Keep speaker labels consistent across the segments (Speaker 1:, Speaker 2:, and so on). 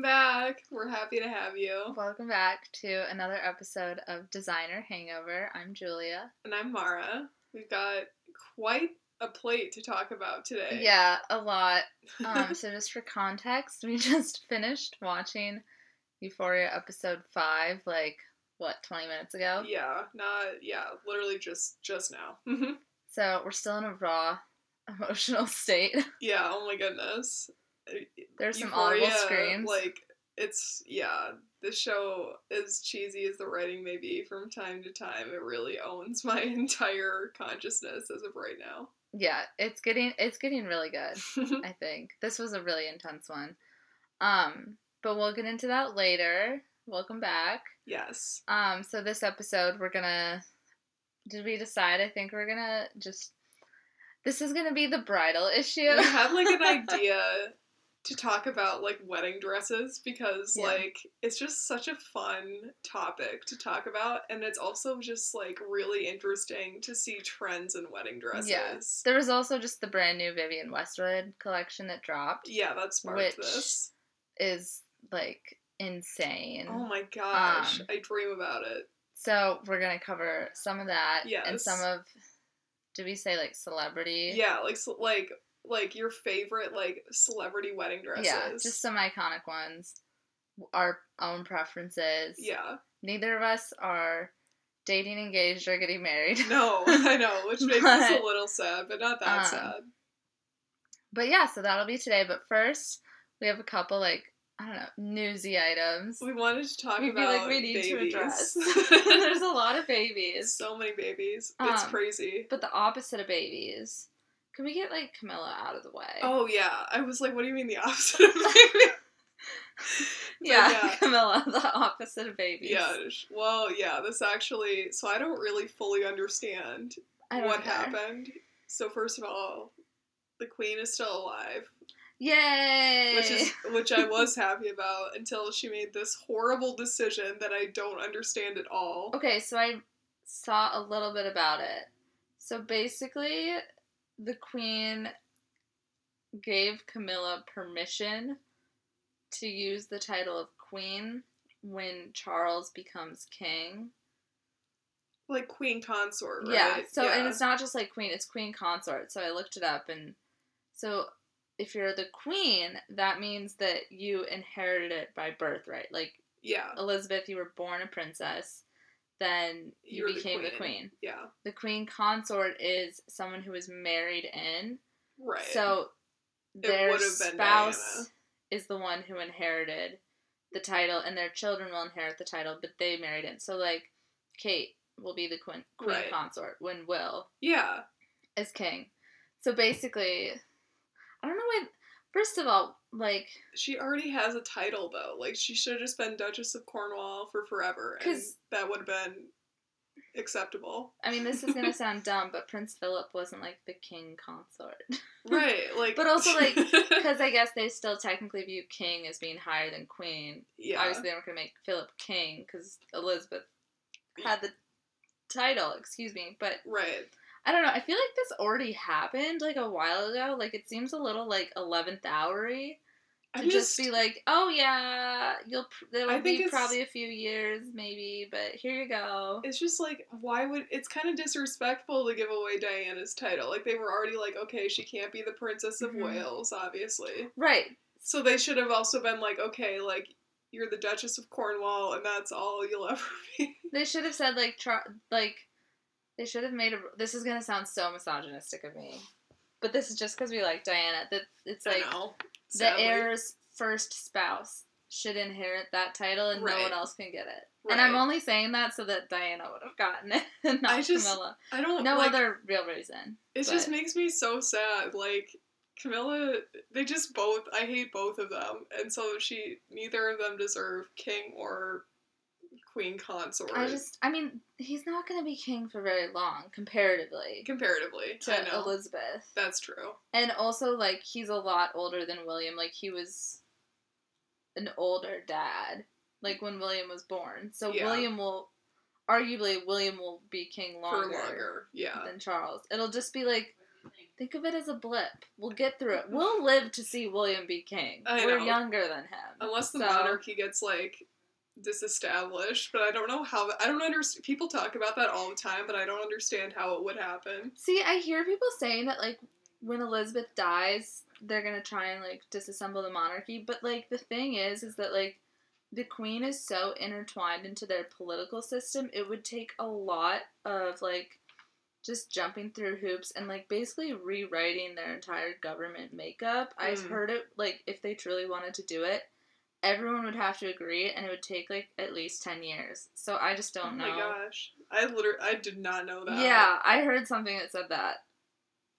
Speaker 1: back. We're happy to have you.
Speaker 2: Welcome back to another episode of Designer Hangover. I'm Julia.
Speaker 1: And I'm Mara. We've got quite a plate to talk about today.
Speaker 2: Yeah, a lot. Um, so, just for context, we just finished watching Euphoria episode five, like, what, 20 minutes ago?
Speaker 1: Yeah, not yeah, literally just just now.
Speaker 2: So, we're still in a raw emotional state.
Speaker 1: yeah, oh my goodness.
Speaker 2: There's some audible
Speaker 1: Euphoria,
Speaker 2: screams.
Speaker 1: Like it's yeah, the show as cheesy as the writing may be from time to time, it really owns my entire consciousness as of right now.
Speaker 2: yeah, it's getting it's getting really good. I think. This was a really intense one. Um, but we'll get into that later. Welcome back.
Speaker 1: yes.
Speaker 2: Um, so this episode we're gonna did we decide? I think we're gonna just this is gonna be the bridal issue.
Speaker 1: We had like an idea to talk about like wedding dresses because
Speaker 2: Yeah.
Speaker 1: like it's just such a fun topic to talk about and it's also just like really interesting to see trends in wedding dresses.
Speaker 2: there was also just the brand new Vivian Westwood collection that dropped
Speaker 1: Yeah, that sparked
Speaker 2: Which-
Speaker 1: this.
Speaker 2: is like insane.
Speaker 1: Oh my gosh,
Speaker 2: um,
Speaker 1: I dream about it.
Speaker 2: So we're gonna cover some of that and
Speaker 1: Yes.
Speaker 2: some of did we say like celebrity?
Speaker 1: Yeah, like so, like like your favorite like celebrity wedding dresses.
Speaker 2: Yeah, just some iconic ones. Our own preferences.
Speaker 1: yeah.
Speaker 2: Neither of us are dating, engaged, or getting married.
Speaker 1: No, I know, which makes us
Speaker 2: But-
Speaker 1: a little sad, but not that
Speaker 2: Um,
Speaker 1: sad.
Speaker 2: But yeah, so that'll be today. But first, we have a couple like I don't know newsy items.
Speaker 1: We wanted to talk
Speaker 2: We'd be
Speaker 1: about
Speaker 2: like, we need to
Speaker 1: babies.
Speaker 2: address. There's a lot of
Speaker 1: It's
Speaker 2: babies,
Speaker 1: so many babies. It's
Speaker 2: Um,
Speaker 1: crazy.
Speaker 2: but the opposite of babies. Could we get like Camilla out of the way?
Speaker 1: Oh yeah, I was like, what do you mean the opposite of baby?
Speaker 2: yeah,
Speaker 1: yeah.
Speaker 2: Camilla, the opposite of babies.
Speaker 1: yeah. sh- Well, yeah. This actually, so I don't really fully understand
Speaker 2: I don't
Speaker 1: what
Speaker 2: either.
Speaker 1: happened. So first of all, the queen is still alive,
Speaker 2: Yay!
Speaker 1: which is which I was happy about until she made this horrible decision that I don't understand at all.
Speaker 2: Okay, so I saw a little bit about it. So basically, the queen gave Camilla permission to use the title of queen when Charles becomes king.
Speaker 1: Like queen consort, right?
Speaker 2: Yeah, so and
Speaker 1: Yeah.
Speaker 2: it's not just like queen, it's queen consort. So I looked it up and so if you're the queen, that means that you inherited it by birthright. Like
Speaker 1: yeah,
Speaker 2: Elizabeth, you were born a princess, then you,
Speaker 1: You're the
Speaker 2: became the
Speaker 1: queen.
Speaker 2: queen.
Speaker 1: yeah,
Speaker 2: the queen consort is someone who is married in.
Speaker 1: right.
Speaker 2: So their
Speaker 1: would've been
Speaker 2: spouse
Speaker 1: Diana.
Speaker 2: is the one who inherited the title, and their children will inherit the title, but they married in. So like Kate will be the queen, queen
Speaker 1: Right.
Speaker 2: consort when Will
Speaker 1: yeah,
Speaker 2: is king. So basically, I don't know why. First of all, like
Speaker 1: She already has a title though. Like she should have just been Duchess of Cornwall for forever, and
Speaker 2: 'Cause-
Speaker 1: that would have been acceptable,
Speaker 2: I mean, this is gonna sound dumb, but Prince Philip wasn't like the king consort.
Speaker 1: right? Like,
Speaker 2: Hmm. But also, like, Because I guess they still technically view king as being higher than queen,
Speaker 1: yeah,
Speaker 2: obviously they weren't going to make Philip king because Elizabeth had the title. Excuse me, but
Speaker 1: right.
Speaker 2: I don't know. I feel like this already happened like a while ago. Like it seems a little like eleventh houry to
Speaker 1: I'm
Speaker 2: just,
Speaker 1: just,
Speaker 2: be like, oh yeah, you'll pr- it'll
Speaker 1: I think
Speaker 2: be
Speaker 1: it's-
Speaker 2: probably a few years maybe, but here you go.
Speaker 1: it's just like, why would? It's kind of disrespectful to give away Diana's title. Like they were already like, okay, she can't be the Princess of
Speaker 2: Mhm.
Speaker 1: Wales, obviously.
Speaker 2: Right.
Speaker 1: So they should have also been like, okay, like you're the Duchess of Cornwall, and that's all you'll ever be.
Speaker 2: They should have said like try, like they should have made a. This is gonna sound so misogynistic of me, but this is just because we like Diana. That it's like
Speaker 1: I know.
Speaker 2: the
Speaker 1: sadly.
Speaker 2: heir's first spouse should inherit that title and no
Speaker 1: Right.
Speaker 2: one else can get it. And I'm
Speaker 1: Right.
Speaker 2: only saying that so that Diana would have gotten it and not
Speaker 1: I just-
Speaker 2: Camilla.
Speaker 1: I don't
Speaker 2: No
Speaker 1: like,
Speaker 2: other real reason.
Speaker 1: It just
Speaker 2: but-
Speaker 1: makes me so sad. Like Camilla, they just both. I hate both of them, and so she. Neither of them deserve king or queen consort.
Speaker 2: I just, I mean, he's not going to be king for very long comparatively
Speaker 1: comparatively. I
Speaker 2: to
Speaker 1: know
Speaker 2: Elizabeth.
Speaker 1: that's true.
Speaker 2: And also, like, he's a lot older than William. Like, he was an older dad, like, when William was born. So,
Speaker 1: Yeah.
Speaker 2: William will, arguably, William will be king
Speaker 1: For longer, yeah,
Speaker 2: than Charles. It'll just be like Think of it as a blip. We'll get through it. We'll live to see William be king.
Speaker 1: I
Speaker 2: We're
Speaker 1: know. Oh,
Speaker 2: younger than him.
Speaker 1: Unless the
Speaker 2: So-
Speaker 1: monarchy gets like disestablished, but I don't know how. I don't understand. People talk about that all the time, but I don't understand how it would happen.
Speaker 2: See, I hear people saying that like when Elizabeth dies, they're gonna try and like disassemble the monarchy. But like the thing is, is that like the queen is so intertwined into their political system, it would take a lot of like just jumping through hoops and like basically rewriting their entire government makeup. I've
Speaker 1: Mm.
Speaker 2: heard it like if they truly wanted to do it, everyone would have to agree, and it would take like at least ten years. So I just don't
Speaker 1: oh
Speaker 2: know.
Speaker 1: my gosh, I literally I did not know that.
Speaker 2: Yeah, I heard something that said that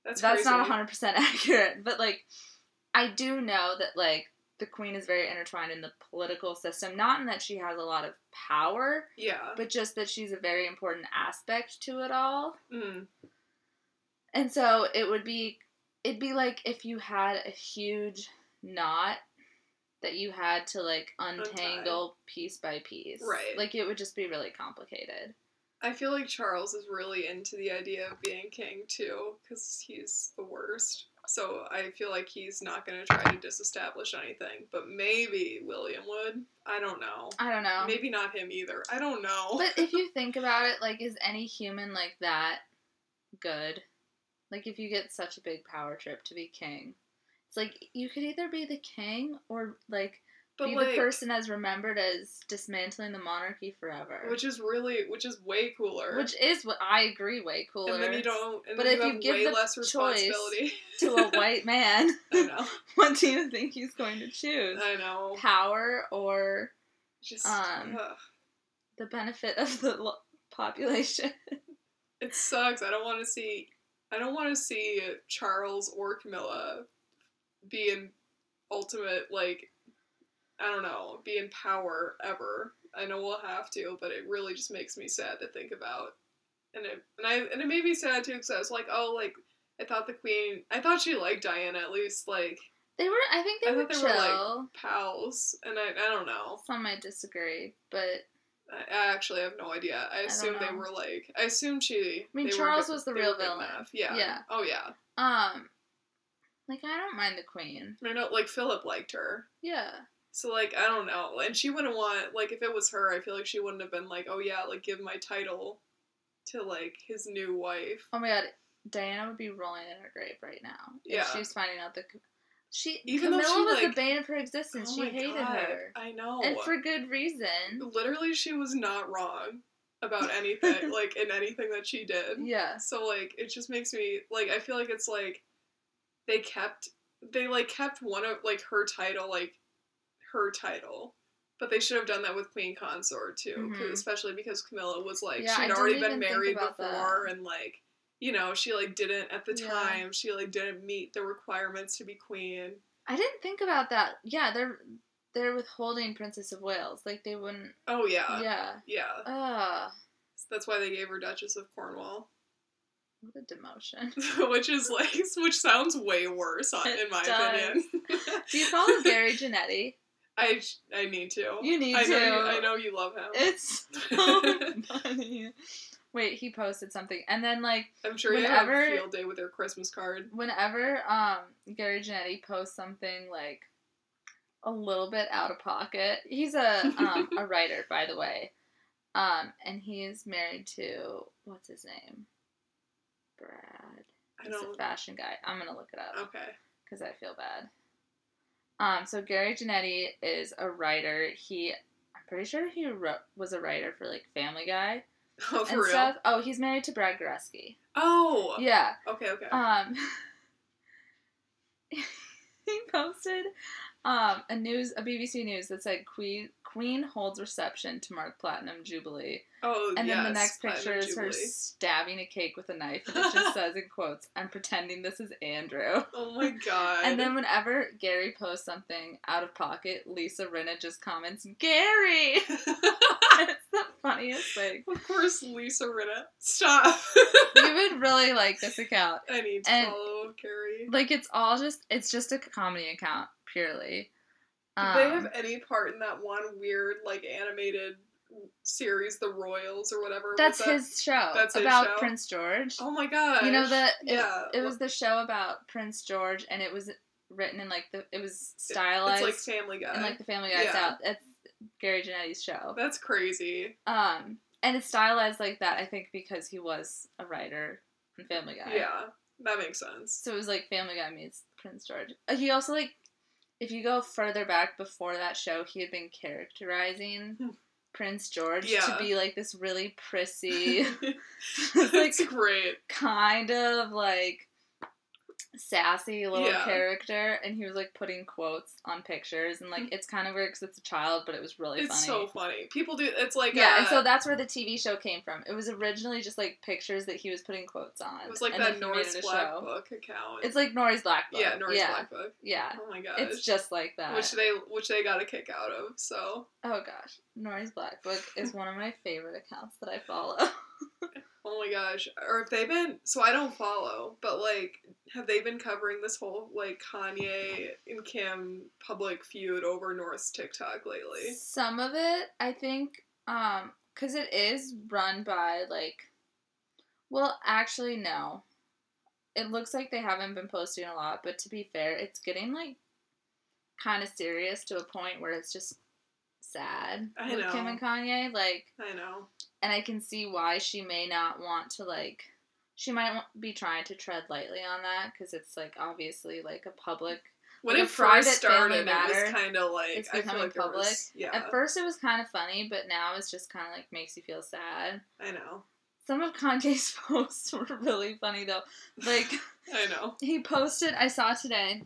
Speaker 1: that's
Speaker 2: that's not
Speaker 1: crazy.
Speaker 2: 100% accurate but like i do know that like the queen is very intertwined in the political system not in that she has a lot of power
Speaker 1: Yeah.
Speaker 2: but just that she's a very important aspect to it all
Speaker 1: Mm.
Speaker 2: and so it would be it'd be like if you had a huge knot that you had to like untangle piece by piece
Speaker 1: Right.
Speaker 2: like it would just be really complicated
Speaker 1: I feel like Charles is really into the idea of being king too, because he's the worst. So I feel like he's not going to try to disestablish anything, but maybe William would. I don't know.
Speaker 2: i don't know
Speaker 1: Maybe not him either. I don't know.
Speaker 2: But if you think about it, like, is any human like that good? Like, if you get such a big power trip to be king, it's like you could either be the king or like
Speaker 1: But,
Speaker 2: be the person as remembered as dismantling the monarchy forever,
Speaker 1: which is really, which is way cooler.
Speaker 2: which is what I agree way cooler
Speaker 1: And then you don't. And
Speaker 2: But
Speaker 1: then
Speaker 2: if
Speaker 1: you
Speaker 2: you
Speaker 1: have
Speaker 2: give
Speaker 1: way
Speaker 2: the
Speaker 1: less
Speaker 2: choice-
Speaker 1: responsibility.
Speaker 2: to a white man.
Speaker 1: I know.
Speaker 2: what do you think he's going to choose?
Speaker 1: I know.
Speaker 2: Power or
Speaker 1: Just
Speaker 2: Um,
Speaker 1: ugh.
Speaker 2: the benefit of the lo- population?
Speaker 1: it sucks. I don't want to see. I don't want to see Charles or Camilla be in ultimate like. I don't know. Be in power ever. I know we'll have to, but it really just makes me sad to think about. And it and I and it made me sad too because I was like, oh, like I thought the queen. I thought she liked Diana at least, like
Speaker 2: They were, I think they
Speaker 1: I
Speaker 2: were
Speaker 1: thought they
Speaker 2: chill.
Speaker 1: were, like, pals. And I I don't know.
Speaker 2: Some might disagree, but
Speaker 1: I I actually have no idea. I assume they
Speaker 2: know.
Speaker 1: were like. I assume she.
Speaker 2: mean,
Speaker 1: they were
Speaker 2: Charles
Speaker 1: good-
Speaker 2: was the
Speaker 1: they were
Speaker 2: real
Speaker 1: good
Speaker 2: villain.
Speaker 1: enough. Yeah.
Speaker 2: Yeah.
Speaker 1: Oh yeah.
Speaker 2: Um, like I don't mind the queen.
Speaker 1: I know. Like Philip liked her,
Speaker 2: Yeah,
Speaker 1: so like I don't know. And she wouldn't want like if it was her, I feel like she wouldn't have been like, oh yeah, like give my title to like his new wife.
Speaker 2: Oh my god, Diana would be rolling in her grave right now.
Speaker 1: Yeah.
Speaker 2: if she's finding out the she
Speaker 1: Even though
Speaker 2: Camilla
Speaker 1: she,
Speaker 2: was the
Speaker 1: like-
Speaker 2: bane of her existence.
Speaker 1: Oh
Speaker 2: she
Speaker 1: my
Speaker 2: hated
Speaker 1: God,
Speaker 2: her,
Speaker 1: I know.
Speaker 2: and for good reason.
Speaker 1: literally, she was not wrong about anything, like in anything that she did.
Speaker 2: Yes,
Speaker 1: So like it just makes me like I feel like it's like they kept they like kept one of like her title like her title. But they should have done that with Queen Consort too, 'cause-
Speaker 2: Mhm.
Speaker 1: especially because Camilla was like
Speaker 2: Yeah, I
Speaker 1: she'd
Speaker 2: didn't
Speaker 1: already been
Speaker 2: even think
Speaker 1: married
Speaker 2: about that.
Speaker 1: before and like you know, she like didn't at the
Speaker 2: Yeah.
Speaker 1: time, she like didn't meet the requirements to be queen.
Speaker 2: I didn't think about that. Yeah, they're they're withholding Princess of Wales. Like they wouldn't.
Speaker 1: Oh yeah. Yeah.
Speaker 2: yeah. Ugh,
Speaker 1: That's why they gave her Duchess of Cornwall.
Speaker 2: what a demotion.
Speaker 1: which is like which sounds way worse on- in
Speaker 2: It
Speaker 1: my
Speaker 2: does.
Speaker 1: opinion.
Speaker 2: Do you follow Gary Janetti?
Speaker 1: I sh- I need to.
Speaker 2: You need
Speaker 1: I
Speaker 2: to.
Speaker 1: Know you, I know you love him.
Speaker 2: It's so funny. Wait, he posted something, and then like
Speaker 1: I'm sure you have a
Speaker 2: whenever-
Speaker 1: field day with their Christmas card.
Speaker 2: whenever um Gary Janetti posts something like a little bit out of pocket, he's a um, a writer by the way, um, and he is married to what's his name, Brad.
Speaker 1: I
Speaker 2: He's a
Speaker 1: don't.
Speaker 2: fashion guy. I'm gonna look it up
Speaker 1: Okay.
Speaker 2: because I feel bad. Um, so Gary Janetti is a writer. He, I'm pretty sure he wrote, was a writer for like Family Guy
Speaker 1: Oh, for
Speaker 2: and
Speaker 1: real.
Speaker 2: stuff. Oh, he's married to Brad Goreski.
Speaker 1: Oh.
Speaker 2: Yeah.
Speaker 1: Okay. Okay.
Speaker 2: Um, he posted um, a news, a BBC news that said Queen Queen holds reception to mark platinum jubilee,
Speaker 1: oh.
Speaker 2: and
Speaker 1: yes,
Speaker 2: then the next
Speaker 1: Platinum
Speaker 2: picture is her
Speaker 1: Jubilee.
Speaker 2: stabbing a cake with a knife, and it just says in quotes, "I'm pretending this is Andrew."
Speaker 1: Oh my god.
Speaker 2: And then whenever Gary posts something out of pocket, Lisa Rinna just comments, "Gary." it's the funniest thing.
Speaker 1: of course, Lisa Rinna. Stop.
Speaker 2: You would really like this account.
Speaker 1: I need to
Speaker 2: And-
Speaker 1: follow Carrie.
Speaker 2: like it's all just it's just a comedy account purely um,
Speaker 1: Did they have any part in that one weird, like, animated series, The Royals or whatever. was
Speaker 2: That's
Speaker 1: that-
Speaker 2: his show
Speaker 1: that's his
Speaker 2: about
Speaker 1: show?
Speaker 2: Prince George.
Speaker 1: Oh my god.
Speaker 2: you know the it,
Speaker 1: yeah.
Speaker 2: it was the show about Prince George, and it was written in like the it was
Speaker 1: It's
Speaker 2: stylized
Speaker 1: like Family Guy.
Speaker 2: and like the Family Guy
Speaker 1: yeah.
Speaker 2: style. That's Gary Gennadi's show.
Speaker 1: That's crazy.
Speaker 2: Um, and it's stylized like that, I think, because he was a writer in Family Guy.
Speaker 1: Yeah, that makes sense.
Speaker 2: So it was like Family Guy meets Prince George. Uh, He also like, if you go further back before that show, he had been characterizing
Speaker 1: Hmm.
Speaker 2: Prince George to
Speaker 1: Yeah.
Speaker 2: be like this really prissy,
Speaker 1: That's great.
Speaker 2: kind of like sassy little
Speaker 1: Yeah.
Speaker 2: character, and he was like putting quotes on pictures, and like it's kind of weird because it's a child, but it was really
Speaker 1: Hmm. It's
Speaker 2: funny.
Speaker 1: so funny. People do. It's like
Speaker 2: yeah,
Speaker 1: uh,
Speaker 2: and so that's where the TV show came from. It was originally just like pictures that he was putting quotes on.
Speaker 1: it was like
Speaker 2: and
Speaker 1: that
Speaker 2: then he made
Speaker 1: Norris
Speaker 2: it a
Speaker 1: Black
Speaker 2: show.
Speaker 1: Book account.
Speaker 2: It's like Norris Black Book.
Speaker 1: yeah, Norris
Speaker 2: yeah,
Speaker 1: Black Book.
Speaker 2: Yeah,
Speaker 1: Oh my gosh.
Speaker 2: it's just like that.
Speaker 1: which they which they got a kick out of. So
Speaker 2: oh gosh, Norris Black Book is one of my favorite accounts that I follow.
Speaker 1: oh my gosh. Or have they been? So I don't follow, but like, have they been covering this whole like Kanye and Kim public feud over Norris TikTok lately?
Speaker 2: Some of it, I think, um, because it is run by like, well, actually no, it looks like they haven't been posting a lot. But to be fair, it's getting like kind of serious to a point where it's just sad
Speaker 1: I
Speaker 2: with
Speaker 1: know.
Speaker 2: Kim and Kanye. Like,
Speaker 1: I know.
Speaker 2: and I can see why she may not want to like. She might wa- be trying to tread lightly on that because it's like obviously like a public
Speaker 1: When
Speaker 2: Like
Speaker 1: it
Speaker 2: a private
Speaker 1: first started, it
Speaker 2: family
Speaker 1: was
Speaker 2: matter.
Speaker 1: kind of like
Speaker 2: It's
Speaker 1: I feel
Speaker 2: becoming
Speaker 1: like there
Speaker 2: public.
Speaker 1: was- yeah,
Speaker 2: At first, it was kind of funny, but now it's just kind of like makes you feel sad.
Speaker 1: I know.
Speaker 2: Some of Kanye's posts were really funny though. Like
Speaker 1: I know.
Speaker 2: he posted, I saw today.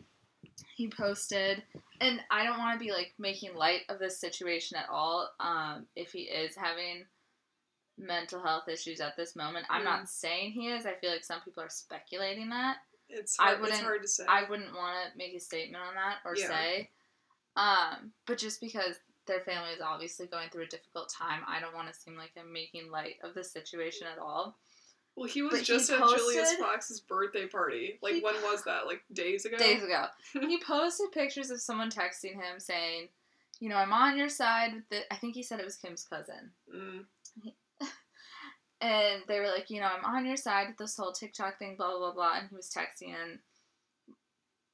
Speaker 2: He posted, and I don't want to be like making light of this situation at all. Um, if he is having mental health issues at this moment, I'm not saying he is. I feel like some people are speculating that.
Speaker 1: It's
Speaker 2: I
Speaker 1: hard, it's
Speaker 2: wouldn't-
Speaker 1: hard to say.
Speaker 2: I wouldn't want to make a statement on that or
Speaker 1: Yeah.
Speaker 2: say. Um, but just because their family is obviously going through a difficult time, I don't want to seem like I'm making light of the situation at all.
Speaker 1: well, he
Speaker 2: but
Speaker 1: was
Speaker 2: he
Speaker 1: just at Julius
Speaker 2: posted-
Speaker 1: Fox's birthday party. Like
Speaker 2: He-
Speaker 1: when was that? Like days ago.
Speaker 2: Days ago, he posted pictures of someone texting him saying, "You know, I'm on your side with the." I think he said it was Kim's cousin.
Speaker 1: Mm,
Speaker 2: and they were like, you know, I'm on your side with this whole TikTok thing, blah blah blah, and he was texting and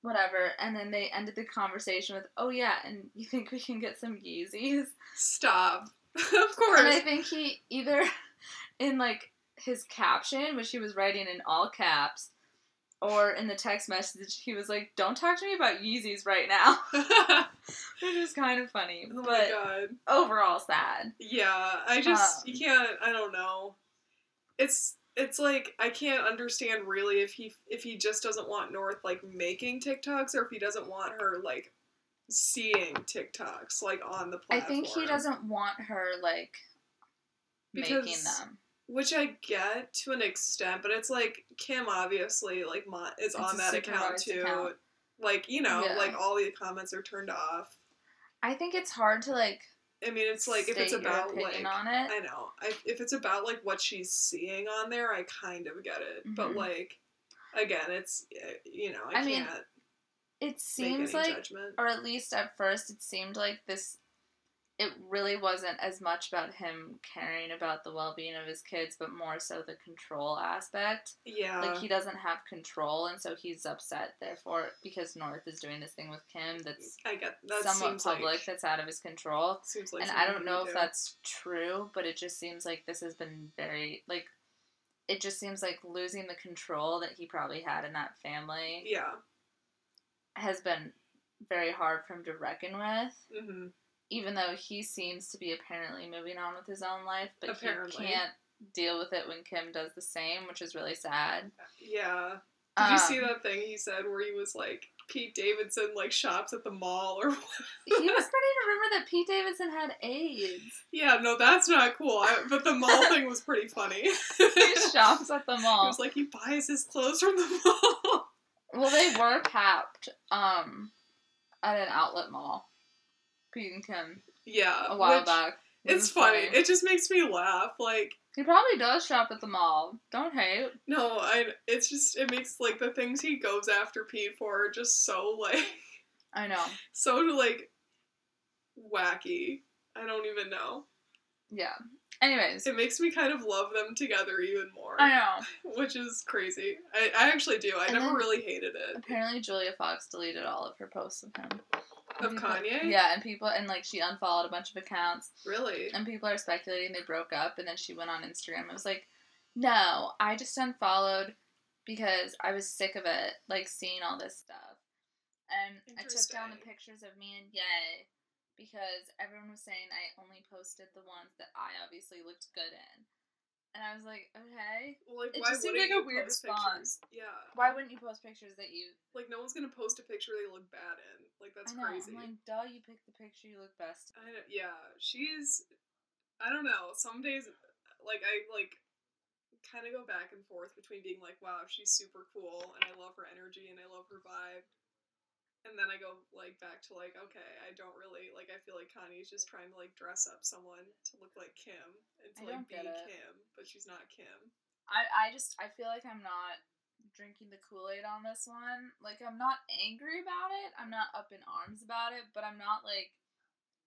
Speaker 2: whatever, and then they ended the conversation with, oh yeah, and you think we can get some Yeezys?
Speaker 1: stop. of course.
Speaker 2: And I think he either in like his caption, which he was writing in all caps, or in the text message, he was like, don't talk to me about Yeezys right now,
Speaker 1: oh
Speaker 2: which is kind of funny,
Speaker 1: my
Speaker 2: but
Speaker 1: god.
Speaker 2: overall sad.
Speaker 1: Yeah, I just
Speaker 2: Um,
Speaker 1: you can't. I don't know. It's it's like I can't understand really if he if he just doesn't want North like making TikToks or if he doesn't want her like seeing TikToks like on the
Speaker 2: I
Speaker 1: platform.
Speaker 2: think he doesn't want her like making
Speaker 1: Because-
Speaker 2: them.
Speaker 1: which I get to an extent, but it's like Kim obviously like mo- is
Speaker 2: It's
Speaker 1: on
Speaker 2: a
Speaker 1: that account
Speaker 2: supervised
Speaker 1: too.
Speaker 2: account.
Speaker 1: Like you know,
Speaker 2: Yeah.
Speaker 1: like all the comments are turned off.
Speaker 2: I think it's hard to like
Speaker 1: I mean, it's like if it's
Speaker 2: state your
Speaker 1: about
Speaker 2: opinion
Speaker 1: like
Speaker 2: on it.
Speaker 1: I know. I, if it's about like what she's seeing on there, I kind of get it. But
Speaker 2: Mhm.
Speaker 1: like, again, it's uh, you know, I,
Speaker 2: I mean,
Speaker 1: can't
Speaker 2: it
Speaker 1: make
Speaker 2: seems
Speaker 1: any
Speaker 2: like,
Speaker 1: judgment.
Speaker 2: or at least at first, it seemed like this. It really wasn't as much about him caring about the well being of his kids, but more so the control aspect.
Speaker 1: Yeah,
Speaker 2: like he doesn't have control, and so he's upset. Therefore, because North is doing this thing with Kim, that's
Speaker 1: I get that.
Speaker 2: somewhat
Speaker 1: seems
Speaker 2: public,
Speaker 1: like
Speaker 2: that's out of his control.
Speaker 1: seems like.
Speaker 2: and I
Speaker 1: something
Speaker 2: don't
Speaker 1: he
Speaker 2: know
Speaker 1: would
Speaker 2: if
Speaker 1: do.
Speaker 2: that's true, but it just seems like this has been very like it just seems like losing the control that he probably had in that family
Speaker 1: Yeah.
Speaker 2: has been very hard for him to reckon with.
Speaker 1: hmm
Speaker 2: Even though he seems to be apparently moving on with his own life, but
Speaker 1: Apparently.
Speaker 2: he can't deal with it when Kim does the same, which is really sad.
Speaker 1: Yeah. Did you see
Speaker 2: Um,
Speaker 1: that thing he said where he was like Pete Davidson like shops at the mall or?
Speaker 2: he was starting to remember that Pete Davidson had AIDS.
Speaker 1: yeah, no, that's not cool. I, but the mall thing was pretty funny.
Speaker 2: He
Speaker 1: it
Speaker 2: shops at the mall.
Speaker 1: was like he buys his clothes from the mall.
Speaker 2: Well, they were capped um, at an outlet mall. Pete and Kim
Speaker 1: yeah,
Speaker 2: a while
Speaker 1: which-
Speaker 2: back. This
Speaker 1: It's
Speaker 2: Oh, is
Speaker 1: funny. It just makes me laugh. Like,
Speaker 2: he probably does shop at the mall. Don't hate.
Speaker 1: no, I. It's just it makes like the things he goes after Pete for are just so like
Speaker 2: I know.
Speaker 1: so like wacky. I don't even know.
Speaker 2: Yeah. Anyways,
Speaker 1: It makes me kind of love them together even more,
Speaker 2: I know.
Speaker 1: which is crazy. I, I actually do. I
Speaker 2: And
Speaker 1: never
Speaker 2: then-
Speaker 1: really hated it.
Speaker 2: Apparently, Julia Fox deleted all of her posts of him. And
Speaker 1: Of
Speaker 2: people-
Speaker 1: Kanye?
Speaker 2: Yeah, and people and like she unfollowed a bunch of accounts,
Speaker 1: Really?
Speaker 2: and people are speculating they broke up, and then she went on Instagram. and was like, no, I just unfollowed because I was sick of it, like seeing all this stuff, and I took down the
Speaker 1: Interesting.
Speaker 2: pictures of me and Yay because everyone was saying I only posted the ones that I obviously looked good in, and I was like, okay.
Speaker 1: Well, like,
Speaker 2: It
Speaker 1: why
Speaker 2: just seemed
Speaker 1: wouldn't
Speaker 2: like a
Speaker 1: you
Speaker 2: weird
Speaker 1: post
Speaker 2: response.
Speaker 1: pictures? Yeah.
Speaker 2: Why wouldn't you post pictures that you
Speaker 1: Like, no one's gonna post a picture they look bad in. Like, that's
Speaker 2: I know.
Speaker 1: crazy.
Speaker 2: I'm like, duh, you pick the picture you look best.
Speaker 1: I don't, yeah, she's. I don't know. Some days, like I like, kind of go back and forth between being like, "Wow, she's super cool," and I love her energy and I love her vibe, and then I go like back to like, "Okay, I don't really like." I feel like Kanye's just trying to like dress up someone to look like Kim and to
Speaker 2: I
Speaker 1: like
Speaker 2: don't
Speaker 1: be
Speaker 2: get it.
Speaker 1: Kim, but she's not Kim.
Speaker 2: I, I just I feel like I'm not drinking the Kool-Aid on this one. Like I'm not angry about it. I'm not up in arms about it, but I'm not like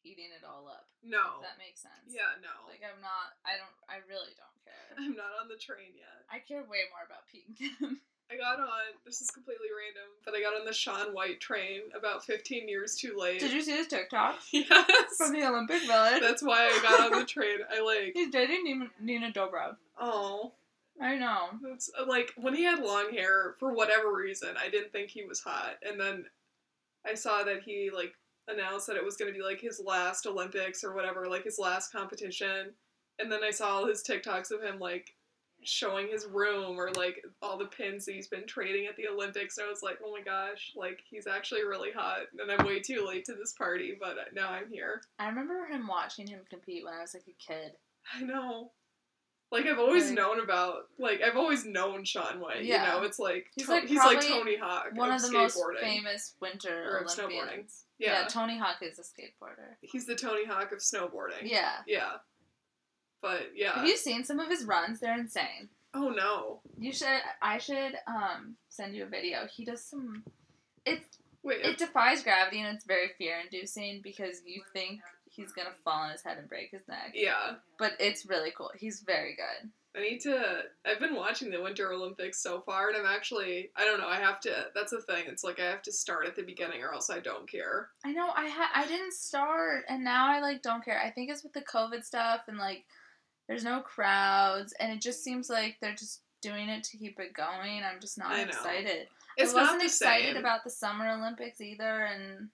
Speaker 2: eating it all up.
Speaker 1: No.
Speaker 2: If that makes sense.
Speaker 1: Yeah, no.
Speaker 2: Like I'm not I don't I really don't care.
Speaker 1: I'm not on the train yet.
Speaker 2: I care way more about Pete and Kim.
Speaker 1: I got on. This is completely random, but I got on the Sean White train about 15 years too late.
Speaker 2: Did you see his TikTok?
Speaker 1: Yes.
Speaker 2: From the Olympic Village.
Speaker 1: That's why I got on the train. I like.
Speaker 2: He's dating Nina, Nina Dobrov.
Speaker 1: Oh,
Speaker 2: I know.
Speaker 1: that's uh, like when he had long hair for whatever reason. I didn't think he was hot, and then I saw that he like announced that it was going to be like his last Olympics or whatever, like his last competition. And then I saw all his TikToks of him like showing his room or like all the pins that he's been trading at the Olympics. And I was like, oh my gosh, like he's actually really hot. And I'm way too late to this party, but uh, now I'm here.
Speaker 2: I remember him watching him compete when I was like a kid.
Speaker 1: I know. Like I've always
Speaker 2: Like-
Speaker 1: known about, like I've always known Sean White.
Speaker 2: Yeah.
Speaker 1: You know, it's like
Speaker 2: He's,
Speaker 1: To-
Speaker 2: like,
Speaker 1: he's like
Speaker 2: probably
Speaker 1: Tony Hawk
Speaker 2: One
Speaker 1: of,
Speaker 2: of the most
Speaker 1: skateboarding.
Speaker 2: famous winter
Speaker 1: Or of snowboarding.
Speaker 2: Olympians.
Speaker 1: yeah.
Speaker 2: Tony Hawk is a skateboarder.
Speaker 1: he's the Tony Hawk of snowboarding.
Speaker 2: Yeah.
Speaker 1: yeah. But yeah.
Speaker 2: Have you seen some of his runs? They're insane.
Speaker 1: oh no!
Speaker 2: You should. I should um send you a video. He does some. It's
Speaker 1: Wait,
Speaker 2: it defies gravity and it's very fear inducing because you think he's gonna fall on his head and break his neck,
Speaker 1: yeah.
Speaker 2: but it's really cool. He's very good.
Speaker 1: I need to. I've been watching the Winter Olympics so far, and I'm actually. I don't know. I have to. That's the thing. It's like I have to start at the beginning, or else I don't care.
Speaker 2: I know. I ha- I didn't start, and now I like don't care. I think it's with the COVID stuff and like there's no crowds, and it just seems like they're just doing it to keep it going. I'm just not
Speaker 1: I know.
Speaker 2: excited.
Speaker 1: It's
Speaker 2: I wasn't
Speaker 1: not the
Speaker 2: excited
Speaker 1: same.
Speaker 2: about the Summer Olympics either, and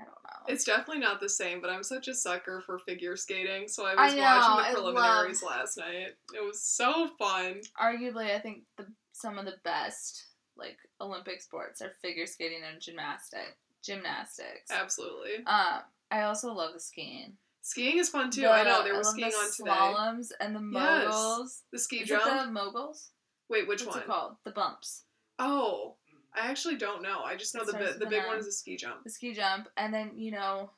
Speaker 2: I don't know.
Speaker 1: It's definitely not the same, but I'm such a sucker for figure skating, so I
Speaker 2: I
Speaker 1: was watching
Speaker 2: know, I
Speaker 1: the
Speaker 2: love-
Speaker 1: preliminaries last night. It was so fun.
Speaker 2: arguably, I think the some of the best like Olympic sports are figure skating and gymnastic gymnastics.
Speaker 1: Oh. Absolutely.
Speaker 2: Um, I also love the skiing.
Speaker 1: Skiing is fun too.
Speaker 2: The-
Speaker 1: I know, they were
Speaker 2: love
Speaker 1: skiing
Speaker 2: the
Speaker 1: on today.
Speaker 2: slaloms and the
Speaker 1: Yes.
Speaker 2: moguls.
Speaker 1: The ski
Speaker 2: Is
Speaker 1: jump?
Speaker 2: it the moguls?
Speaker 1: Wait, which
Speaker 2: What's
Speaker 1: one?
Speaker 2: it called? The bumps,
Speaker 1: Oh, I actually don't know. I just know
Speaker 2: It
Speaker 1: the,
Speaker 2: starts
Speaker 1: bi-
Speaker 2: with
Speaker 1: the
Speaker 2: an
Speaker 1: big
Speaker 2: I.
Speaker 1: one is a ski jump.
Speaker 2: the ski jump, and then you know,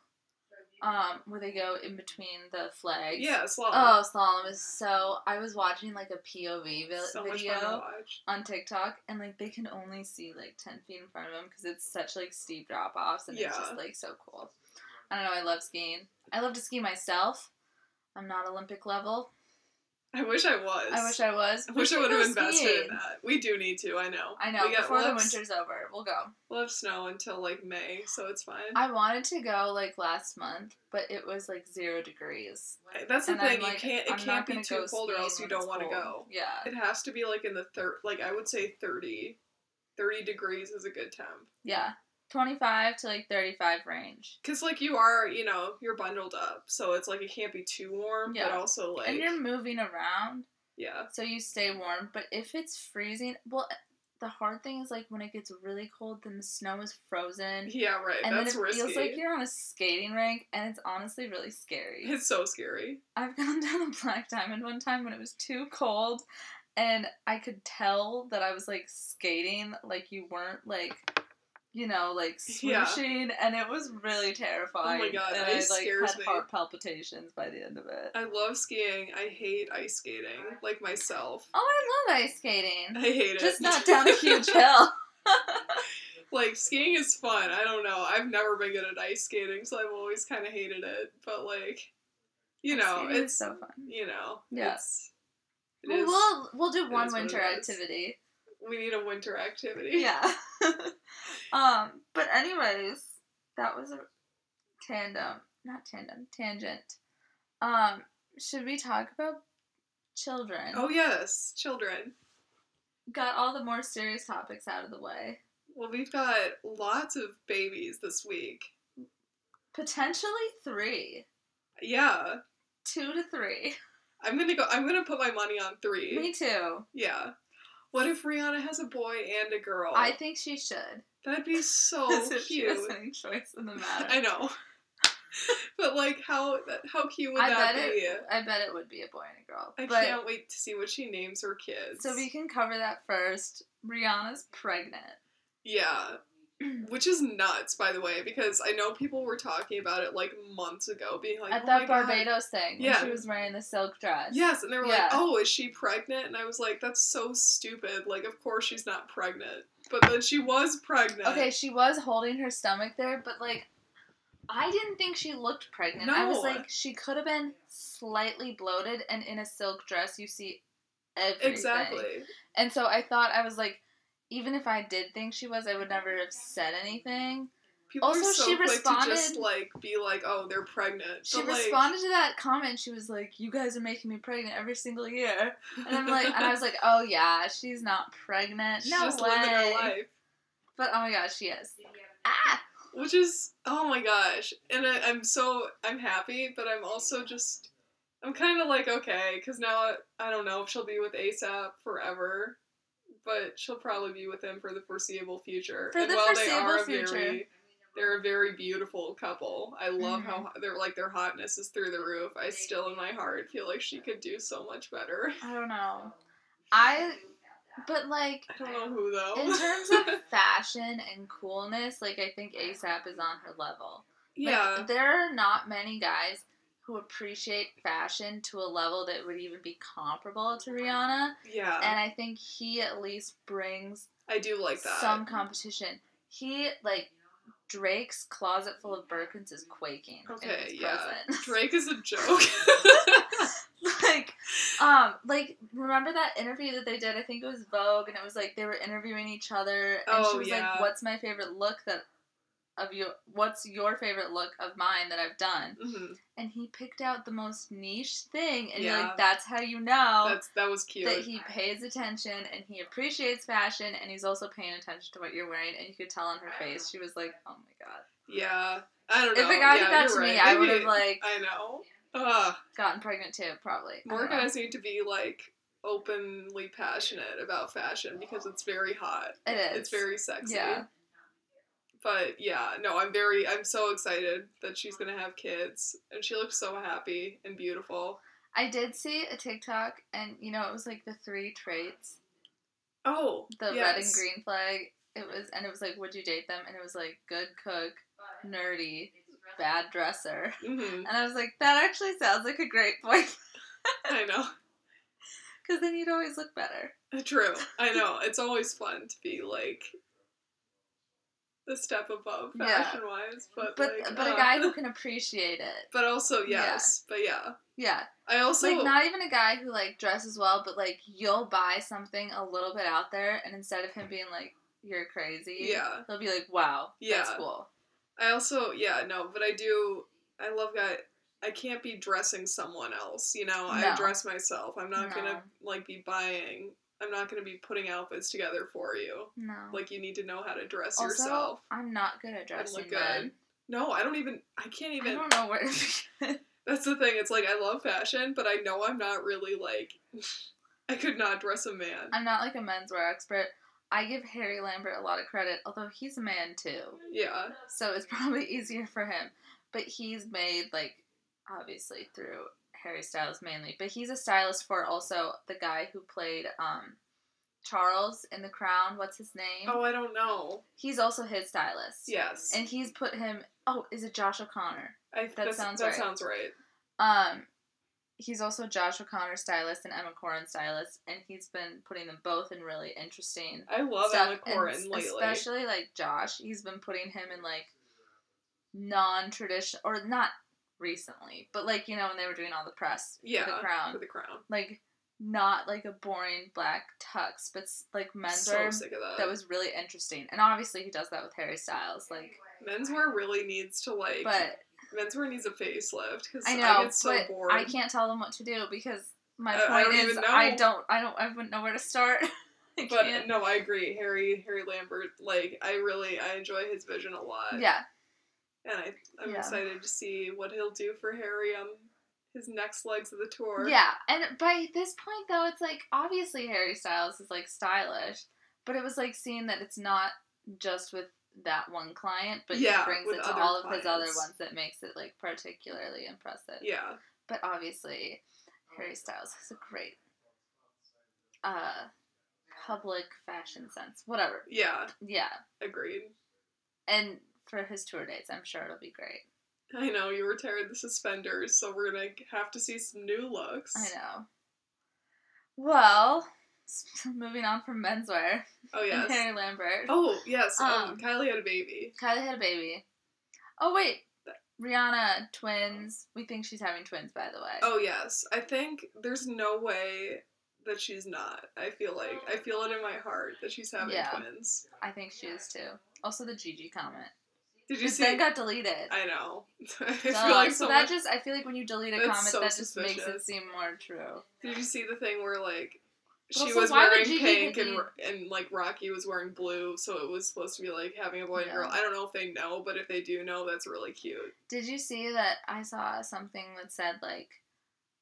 Speaker 2: um, where they go in between the flags.
Speaker 1: Yeah, slalom.
Speaker 2: Oh, slalom is so. I was watching like a POV vi-
Speaker 1: so much
Speaker 2: video.
Speaker 1: fun to watch.
Speaker 2: on TikTok and like they can only see like 10 feet in front of them because it's such like steep drop offs and it's
Speaker 1: Yeah.
Speaker 2: just like so cool. I don't know, I love skiing. I love to ski myself. I'm not Olympic level.
Speaker 1: I wish I was.
Speaker 2: I wish I was.
Speaker 1: I
Speaker 2: We
Speaker 1: wish I
Speaker 2: should
Speaker 1: would have
Speaker 2: go
Speaker 1: invested
Speaker 2: skiing.
Speaker 1: in that. We do need to, I know.
Speaker 2: I know,
Speaker 1: We got,
Speaker 2: before
Speaker 1: we'll
Speaker 2: the
Speaker 1: have s-
Speaker 2: winter's over, we'll go.
Speaker 1: We'll have snow until like May, so it's fine.
Speaker 2: I wanted to go like last month, but it was like zero degrees.
Speaker 1: That's the
Speaker 2: And I'm
Speaker 1: thing.
Speaker 2: like,
Speaker 1: you can't. It
Speaker 2: I'm
Speaker 1: can't
Speaker 2: not
Speaker 1: be
Speaker 2: gonna
Speaker 1: too
Speaker 2: go
Speaker 1: cold, or
Speaker 2: skiing
Speaker 1: else you
Speaker 2: when
Speaker 1: don't
Speaker 2: it's
Speaker 1: want to
Speaker 2: cold.
Speaker 1: go.
Speaker 2: Yeah.
Speaker 1: It has to be like in the third. Like I would say, thirty. Thirty degrees is a good temp.
Speaker 2: Yeah. 25 to like 35 range.
Speaker 1: Cause like you are, you know, you're bundled up, so it's like it can't be too warm, but
Speaker 2: Yeah.
Speaker 1: also like,
Speaker 2: and you're moving around.
Speaker 1: yeah,
Speaker 2: so you stay warm. But if it's freezing, well, the hard thing is like when it gets really cold, then the snow is frozen,
Speaker 1: yeah, right.
Speaker 2: and
Speaker 1: That's
Speaker 2: then it
Speaker 1: risky.
Speaker 2: feels like you're on a skating rink, and it's honestly really scary.
Speaker 1: it's so scary.
Speaker 2: I've gone down a black diamond one time when it was too cold, and I could tell that I was like skating, like you weren't like. You know, like
Speaker 1: Yeah. Oh
Speaker 2: swooshing, and it was really terrifying.
Speaker 1: God,
Speaker 2: and
Speaker 1: ice
Speaker 2: I like
Speaker 1: scares
Speaker 2: had
Speaker 1: me.
Speaker 2: heart palpitations by the end of it.
Speaker 1: I love skiing. I hate ice skating. Like myself,
Speaker 2: Oh, I love ice skating.
Speaker 1: I hate it.
Speaker 2: Just not down a huge hill.
Speaker 1: like skiing is fun. I don't know. I've never been good at ice skating, so I've always kind of hated it. But like, you know,
Speaker 2: Skating is
Speaker 1: it's
Speaker 2: so fun.
Speaker 1: you know,
Speaker 2: Yeah.
Speaker 1: it's it
Speaker 2: Well,
Speaker 1: is-
Speaker 2: we'll we'll do
Speaker 1: it
Speaker 2: one
Speaker 1: is what it
Speaker 2: winter
Speaker 1: is.
Speaker 2: activity.
Speaker 1: we need a winter activity.
Speaker 2: Yeah. um. But anyways, that was a tandem, not tandem, tangent. Um. Should we talk about children?
Speaker 1: Oh yes, children.
Speaker 2: Got all the more serious topics out of the way.
Speaker 1: Well, we've got lots of babies this week.
Speaker 2: Potentially three,
Speaker 1: Yeah,
Speaker 2: two to three.
Speaker 1: I'm gonna go. I'm gonna put my money on three.
Speaker 2: Me too.
Speaker 1: Yeah. What if Rihanna has a boy and a girl?
Speaker 2: I think she should.
Speaker 1: That'd be so
Speaker 2: If she
Speaker 1: Oh, cute.
Speaker 2: has any choice in the matter.
Speaker 1: I know. but like, how how cute would
Speaker 2: I
Speaker 1: that
Speaker 2: bet
Speaker 1: be?
Speaker 2: I bet it would be a boy and a girl.
Speaker 1: I
Speaker 2: but
Speaker 1: can't wait to see what she names her kids.
Speaker 2: so we can cover that first. Rihanna's pregnant.
Speaker 1: yeah. Which is nuts, by the way, because I know people were talking about it like months ago, being like,
Speaker 2: At
Speaker 1: oh my
Speaker 2: that
Speaker 1: God.
Speaker 2: Barbados thing, when
Speaker 1: Yeah.
Speaker 2: she was wearing the silk dress.
Speaker 1: Yes, and they were
Speaker 2: Yeah.
Speaker 1: like, "Oh, is she pregnant?" And I was like, "That's so stupid. Like, of course she's not pregnant." But then she was pregnant.
Speaker 2: Okay, she was holding her stomach there, but like, I didn't think she looked pregnant. I was
Speaker 1: No.
Speaker 2: like, she could have been slightly bloated, and in a silk dress, you see everything.
Speaker 1: exactly.
Speaker 2: And so I thought I was like, even if I did think she was, I would never have said anything.
Speaker 1: People are
Speaker 2: Also,
Speaker 1: so
Speaker 2: she
Speaker 1: quick to just
Speaker 2: responded-
Speaker 1: like be like, "Oh, they're pregnant."
Speaker 2: She
Speaker 1: But, like,
Speaker 2: responded to that comment. She was like, "You guys are making me pregnant every single year," and I'm like, and I was like, "Oh yeah, she's not pregnant.
Speaker 1: she's
Speaker 2: No
Speaker 1: just living her
Speaker 2: way."
Speaker 1: life,
Speaker 2: But oh my gosh, she is. Ah,
Speaker 1: which is oh my gosh. And I, I'm so I'm happy, but I'm also just I'm kind of like okay, because now I don't know if she'll be with ASAP forever, but she'll probably be with him for the foreseeable future.
Speaker 2: For
Speaker 1: and
Speaker 2: the
Speaker 1: while
Speaker 2: foreseeable
Speaker 1: they are a
Speaker 2: future.
Speaker 1: very they're a very beautiful couple. I love
Speaker 2: Mhm.
Speaker 1: how they're like their hotness is through the roof. I still in my heart feel like she could do so much better.
Speaker 2: I don't know. um, I, but like
Speaker 1: I don't know who though.
Speaker 2: in terms of fashion and coolness, like I think ASAP is on her level. Like,
Speaker 1: yeah.
Speaker 2: there are not many guys who appreciate fashion to a level that would even be comparable to Rihanna,
Speaker 1: Yeah,
Speaker 2: and I think he at least brings
Speaker 1: I do like that.
Speaker 2: some competition. He like Drake's closet full of Birkins is quaking. in
Speaker 1: Okay,
Speaker 2: his
Speaker 1: yeah.
Speaker 2: present.
Speaker 1: Drake is a joke.
Speaker 2: like, um, like remember that interview that they did? I think it was Vogue, and it was like they were interviewing each other, and she
Speaker 1: Oh,
Speaker 2: was like,
Speaker 1: yeah.
Speaker 2: "What's my favorite look that of you? What's your favorite look of mine that I've done?"
Speaker 1: Mhm.
Speaker 2: And he picked out the most niche thing, and you're
Speaker 1: Yeah.
Speaker 2: like, "That's how you know."
Speaker 1: That's that was cute.
Speaker 2: that he pays attention and he appreciates fashion and he's also paying attention to what you're wearing and you could tell on her face she was like oh my god
Speaker 1: yeah, I don't know.
Speaker 2: if a guy
Speaker 1: yeah,
Speaker 2: did that
Speaker 1: you're
Speaker 2: to me
Speaker 1: right.
Speaker 2: i would
Speaker 1: Maybe-
Speaker 2: have like
Speaker 1: I know. Ugh.
Speaker 2: gotten pregnant too probably I
Speaker 1: more
Speaker 2: don't know.
Speaker 1: guys need to be like openly passionate about fashion because it's very hot.
Speaker 2: it is
Speaker 1: It's very sexy.
Speaker 2: yeah
Speaker 1: But yeah, no, I'm very, I'm so excited that she's gonna have kids, and she looks so happy and beautiful.
Speaker 2: i did see a tiktok and you know it was like the three traits
Speaker 1: Oh,
Speaker 2: the red and
Speaker 1: yes.
Speaker 2: green flag it was and it was like would you date them and it was like good cook nerdy bad dresser
Speaker 1: hmm
Speaker 2: and i was like that actually sounds like a great boyfriend
Speaker 1: I know.
Speaker 2: because then you'd always look better
Speaker 1: True. I know. It's always fun to be like the step above
Speaker 2: Yeah.
Speaker 1: fashion wise, but
Speaker 2: but
Speaker 1: like,
Speaker 2: but a
Speaker 1: uh,
Speaker 2: guy who can appreciate it
Speaker 1: But also
Speaker 2: Yeah.
Speaker 1: yes, but yeah.
Speaker 2: yeah
Speaker 1: I also
Speaker 2: like not even a guy who like dresses well, but like you'll buy something a little bit out there, and instead of him being like you're crazy,
Speaker 1: Yeah.
Speaker 2: he'll be like wow, that's
Speaker 1: Yeah.
Speaker 2: cool.
Speaker 1: I also yeah no, but I do. I love guy. I can't be dressing someone else. You know,
Speaker 2: No.
Speaker 1: I dress myself. I'm not
Speaker 2: No.
Speaker 1: gonna like be buying. I'm not gonna be putting outfits together for you.
Speaker 2: No,
Speaker 1: Like you need to know how to dress
Speaker 2: also
Speaker 1: yourself.
Speaker 2: I'm not good at dressing
Speaker 1: look good.
Speaker 2: men.
Speaker 1: No, I don't even. I can't
Speaker 2: I
Speaker 1: even.
Speaker 2: don't know where. to begin.
Speaker 1: That's the thing. It's like I love fashion, but I know I'm not really like. I could not dress a man.
Speaker 2: I'm not like a menswear expert. I give Harry Lambert a lot of credit, although he's a man too,
Speaker 1: Yeah,
Speaker 2: so it's probably easier for him. But he's made like obviously through Harry Styles mainly, but he's a stylist for also the guy who played um Charles in The Crown. What's his name?
Speaker 1: Oh, I don't know.
Speaker 2: He's also his stylist.
Speaker 1: Yes,
Speaker 2: And he's put him. Oh, is it Josh O'Connor?
Speaker 1: I, that
Speaker 2: sounds
Speaker 1: that
Speaker 2: right.
Speaker 1: sounds right.
Speaker 2: Um, he's also Josh O'Connor stylist and Emma Corrin stylist, and he's been putting them both in really interesting
Speaker 1: I love Emma
Speaker 2: stuff, and
Speaker 1: Corrin lately.
Speaker 2: especially like Josh. He's been putting him in like non-traditional or not recently, but like you know when they were doing all the press
Speaker 1: Yeah,
Speaker 2: for the crown,
Speaker 1: for the crown.
Speaker 2: like not like a boring black tux, but s- like
Speaker 1: so
Speaker 2: menswear
Speaker 1: sick of that.
Speaker 2: that was really interesting. And obviously he does that with Harry Styles, like
Speaker 1: menswear really needs to like.
Speaker 2: but
Speaker 1: menswear needs a facelift because
Speaker 2: I
Speaker 1: I,
Speaker 2: know,
Speaker 1: get so
Speaker 2: but
Speaker 1: bored.
Speaker 2: I can't tell them what to do because my
Speaker 1: Uh, I
Speaker 2: point
Speaker 1: don't
Speaker 2: is
Speaker 1: even know.
Speaker 2: I don't I don't I wouldn't know where to start. I
Speaker 1: But
Speaker 2: can't.
Speaker 1: no, I agree. Harry Harry Lambert, like I really I enjoy his vision a lot.
Speaker 2: yeah,
Speaker 1: And I I'm
Speaker 2: Yeah.
Speaker 1: excited to see what he'll do for Harry on his next legs of the tour.
Speaker 2: yeah. And by this point though, it's like obviously Harry Styles is like stylish, but it was like seeing that it's not just with that one client, but
Speaker 1: Yeah,
Speaker 2: he brings
Speaker 1: with
Speaker 2: it to
Speaker 1: other
Speaker 2: all of his other
Speaker 1: clients.
Speaker 2: ones that makes it like particularly impressive.
Speaker 1: Yeah.
Speaker 2: But obviously, Harry Styles has a great uh public fashion sense. Whatever.
Speaker 1: Yeah.
Speaker 2: Yeah.
Speaker 1: Agreed.
Speaker 2: And for his tour dates, I'm sure it'll be great.
Speaker 1: I know you retired the suspenders, so we're gonna have to see some new looks.
Speaker 2: I know. Well, moving on from menswear
Speaker 1: Oh
Speaker 2: and
Speaker 1: yes.
Speaker 2: Harry Lambert.
Speaker 1: Oh yes. Um,
Speaker 2: Um,
Speaker 1: Kylie had a baby.
Speaker 2: Kylie had a baby. Oh wait, Rihanna twins. We think she's having twins, by the way.
Speaker 1: Oh yes. I think there's no way that she's not. I feel like I feel it in my heart that she's having
Speaker 2: Oh. Yeah.
Speaker 1: twins.
Speaker 2: I think she is too. Also, the Gigi comment.
Speaker 1: Did you
Speaker 2: Because
Speaker 1: see?
Speaker 2: that got deleted.
Speaker 1: I know. I feel
Speaker 2: Duh,
Speaker 1: like
Speaker 2: so
Speaker 1: so
Speaker 2: that
Speaker 1: much.
Speaker 2: just I feel like when you delete a
Speaker 1: That's
Speaker 2: comment,
Speaker 1: so
Speaker 2: that just makes it
Speaker 1: suspicious.
Speaker 2: seem more true.
Speaker 1: Did you see the thing where like
Speaker 2: But
Speaker 1: she
Speaker 2: also,
Speaker 1: was
Speaker 2: why would
Speaker 1: wearing
Speaker 2: Gigi
Speaker 1: pink and
Speaker 2: Hadid-
Speaker 1: ro- and like Rocky was wearing blue, so it was supposed to be like having a boy and
Speaker 2: Yeah.
Speaker 1: girl. I don't know if they know, but if they do know, that's really cute.
Speaker 2: Did you see that I saw something that said like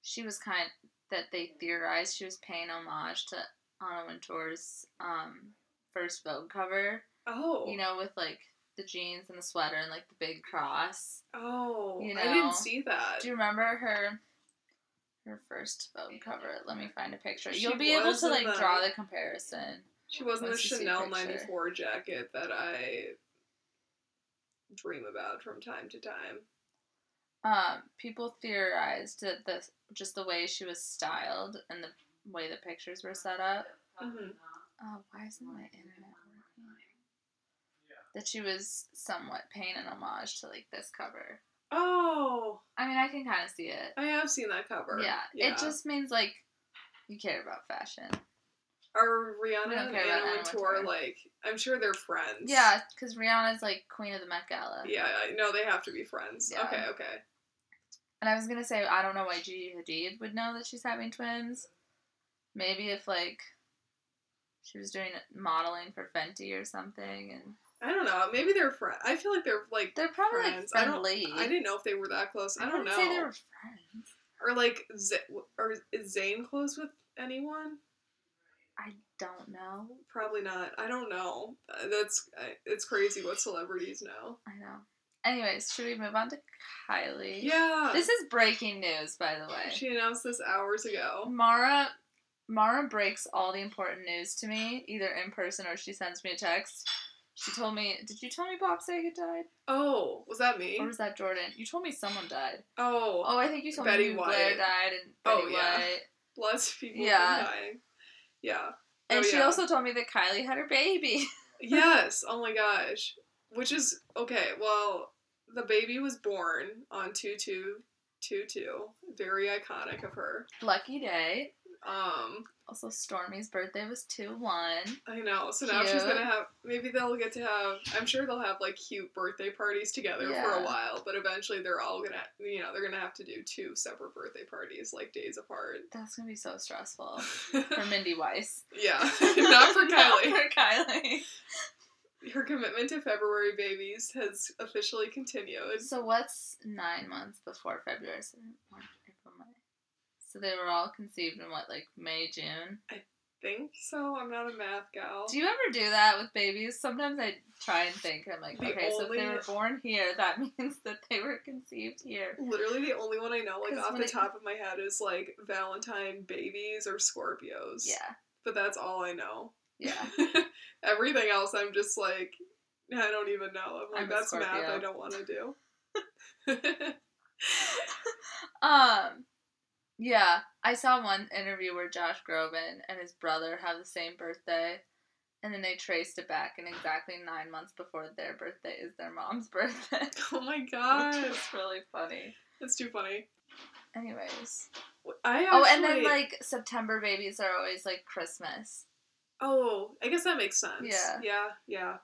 Speaker 2: she was kind that they theorized she was paying homage to Anna Wintour's um first Vogue cover.
Speaker 1: Oh,
Speaker 2: You know, with like the jeans and the sweater and like the big cross.
Speaker 1: oh,
Speaker 2: you
Speaker 1: I
Speaker 2: know.
Speaker 1: didn't see that.
Speaker 2: Do you remember her her first Vogue cover? Let me find a picture.
Speaker 1: She
Speaker 2: You'll be able
Speaker 1: was
Speaker 2: to
Speaker 1: in
Speaker 2: like
Speaker 1: the-
Speaker 2: draw the comparison.
Speaker 1: She was in the
Speaker 2: Once you see a
Speaker 1: Chanel
Speaker 2: picture.
Speaker 1: '94 jacket that I dream about from time to time.
Speaker 2: Um, people theorized that the just the way she was styled and the way the pictures were set up.
Speaker 1: Mhm.
Speaker 2: Oh, why isn't my internet working? That she was somewhat paying an homage to like this cover.
Speaker 1: Oh,
Speaker 2: I mean, I can kind of see it.
Speaker 1: I have seen that cover.
Speaker 2: Yeah, it just means like you care about fashion.
Speaker 1: are
Speaker 2: We
Speaker 1: Rihanna
Speaker 2: don't
Speaker 1: and
Speaker 2: care about
Speaker 1: Anna
Speaker 2: Anna
Speaker 1: Wintour
Speaker 2: Wintour.
Speaker 1: like? I'm sure they're friends.
Speaker 2: Yeah, because Rihanna's like queen of the Met Gala.
Speaker 1: Yeah, I- no, they have to be friends.
Speaker 2: Yeah.
Speaker 1: Okay, okay.
Speaker 2: And I was gonna say I don't know why Gigi Hadid would know that she's having twins. Maybe if like she was doing modeling for Fenty or something, and
Speaker 1: I don't know. Maybe they're friends. I feel like they're like.
Speaker 2: they're probably
Speaker 1: Friends. I
Speaker 2: like
Speaker 1: don't-
Speaker 2: friendly.
Speaker 1: I didn't know if they were that close. I don't
Speaker 2: wouldn't Say they
Speaker 1: know.
Speaker 2: were friends.
Speaker 1: Or like, Z- or is Zayn close with anyone?
Speaker 2: I don't know.
Speaker 1: Probably not. I don't know. Uh, That's I- it's crazy what celebrities know.
Speaker 2: I know. Anyways, should we move on to Kylie?
Speaker 1: Yeah,
Speaker 2: This is breaking news, by the way.
Speaker 1: she announced this hours ago.
Speaker 2: Mara Mara breaks all the important news to me, either in person or she sends me a text. She told me, did you tell me Bob Saget died?
Speaker 1: Oh, was that me?
Speaker 2: Or was that Jordan? You told me someone died.
Speaker 1: Oh,
Speaker 2: Oh, I think you told
Speaker 1: Betty
Speaker 2: me White. Blair
Speaker 1: White.
Speaker 2: died and
Speaker 1: Oh,
Speaker 2: Betty
Speaker 1: yeah.
Speaker 2: White.
Speaker 1: lots of people
Speaker 2: Yeah.
Speaker 1: have been dying. Yeah.
Speaker 2: And
Speaker 1: Oh,
Speaker 2: she
Speaker 1: yeah.
Speaker 2: also told me that Kylie had her baby.
Speaker 1: Yes. Oh my gosh. Which is okay. Well, the baby was born on two two two two. Very iconic of her.
Speaker 2: Lucky day.
Speaker 1: Um,
Speaker 2: Also, Stormy's birthday was 2 1.
Speaker 1: I know. So now she's
Speaker 2: Cute.
Speaker 1: gonna have. Maybe they'll get to have. I'm sure they'll have like cute birthday parties together for
Speaker 2: Yeah.
Speaker 1: a while. But eventually, they're all gonna. You know, they're gonna have to do two separate birthday parties, like days apart.
Speaker 2: That's gonna be so stressful for Mindy Weiss.
Speaker 1: yeah. Not for
Speaker 2: Not
Speaker 1: Kylie.
Speaker 2: for Kylie.
Speaker 1: Her commitment to February babies has officially continued.
Speaker 2: So what's nine months before February? So, March, April, May. So they were all conceived in what, like May, June?
Speaker 1: Think so. I'm not a math gal.
Speaker 2: Do you ever do that with babies? Sometimes I try and think. I'm like,
Speaker 1: The
Speaker 2: okay, so if they
Speaker 1: only-
Speaker 2: were born here, that means that they were conceived here.
Speaker 1: Literally, the only one I know, like
Speaker 2: 'Cause
Speaker 1: off
Speaker 2: when
Speaker 1: the
Speaker 2: it-
Speaker 1: top of my head, is like Valentine babies or Scorpios.
Speaker 2: Yeah,
Speaker 1: But that's all I know.
Speaker 2: yeah.
Speaker 1: Everything else, I'm just like, I don't even know. I'm like,
Speaker 2: I'm a
Speaker 1: that's math
Speaker 2: Scorpio.
Speaker 1: I don't want to do.
Speaker 2: Um, yeah. I saw one interview where Josh Groban and his brother have the same birthday, and then they traced it back, and exactly nine months before their birthday is their mom's birthday,
Speaker 1: oh my
Speaker 2: which
Speaker 1: god.
Speaker 2: is really funny.
Speaker 1: It's too funny.
Speaker 2: Anyways.
Speaker 1: I actually,
Speaker 2: Oh, and then like September babies are always like Christmas.
Speaker 1: oh, I guess that makes sense.
Speaker 2: Yeah.
Speaker 1: yeah, yeah.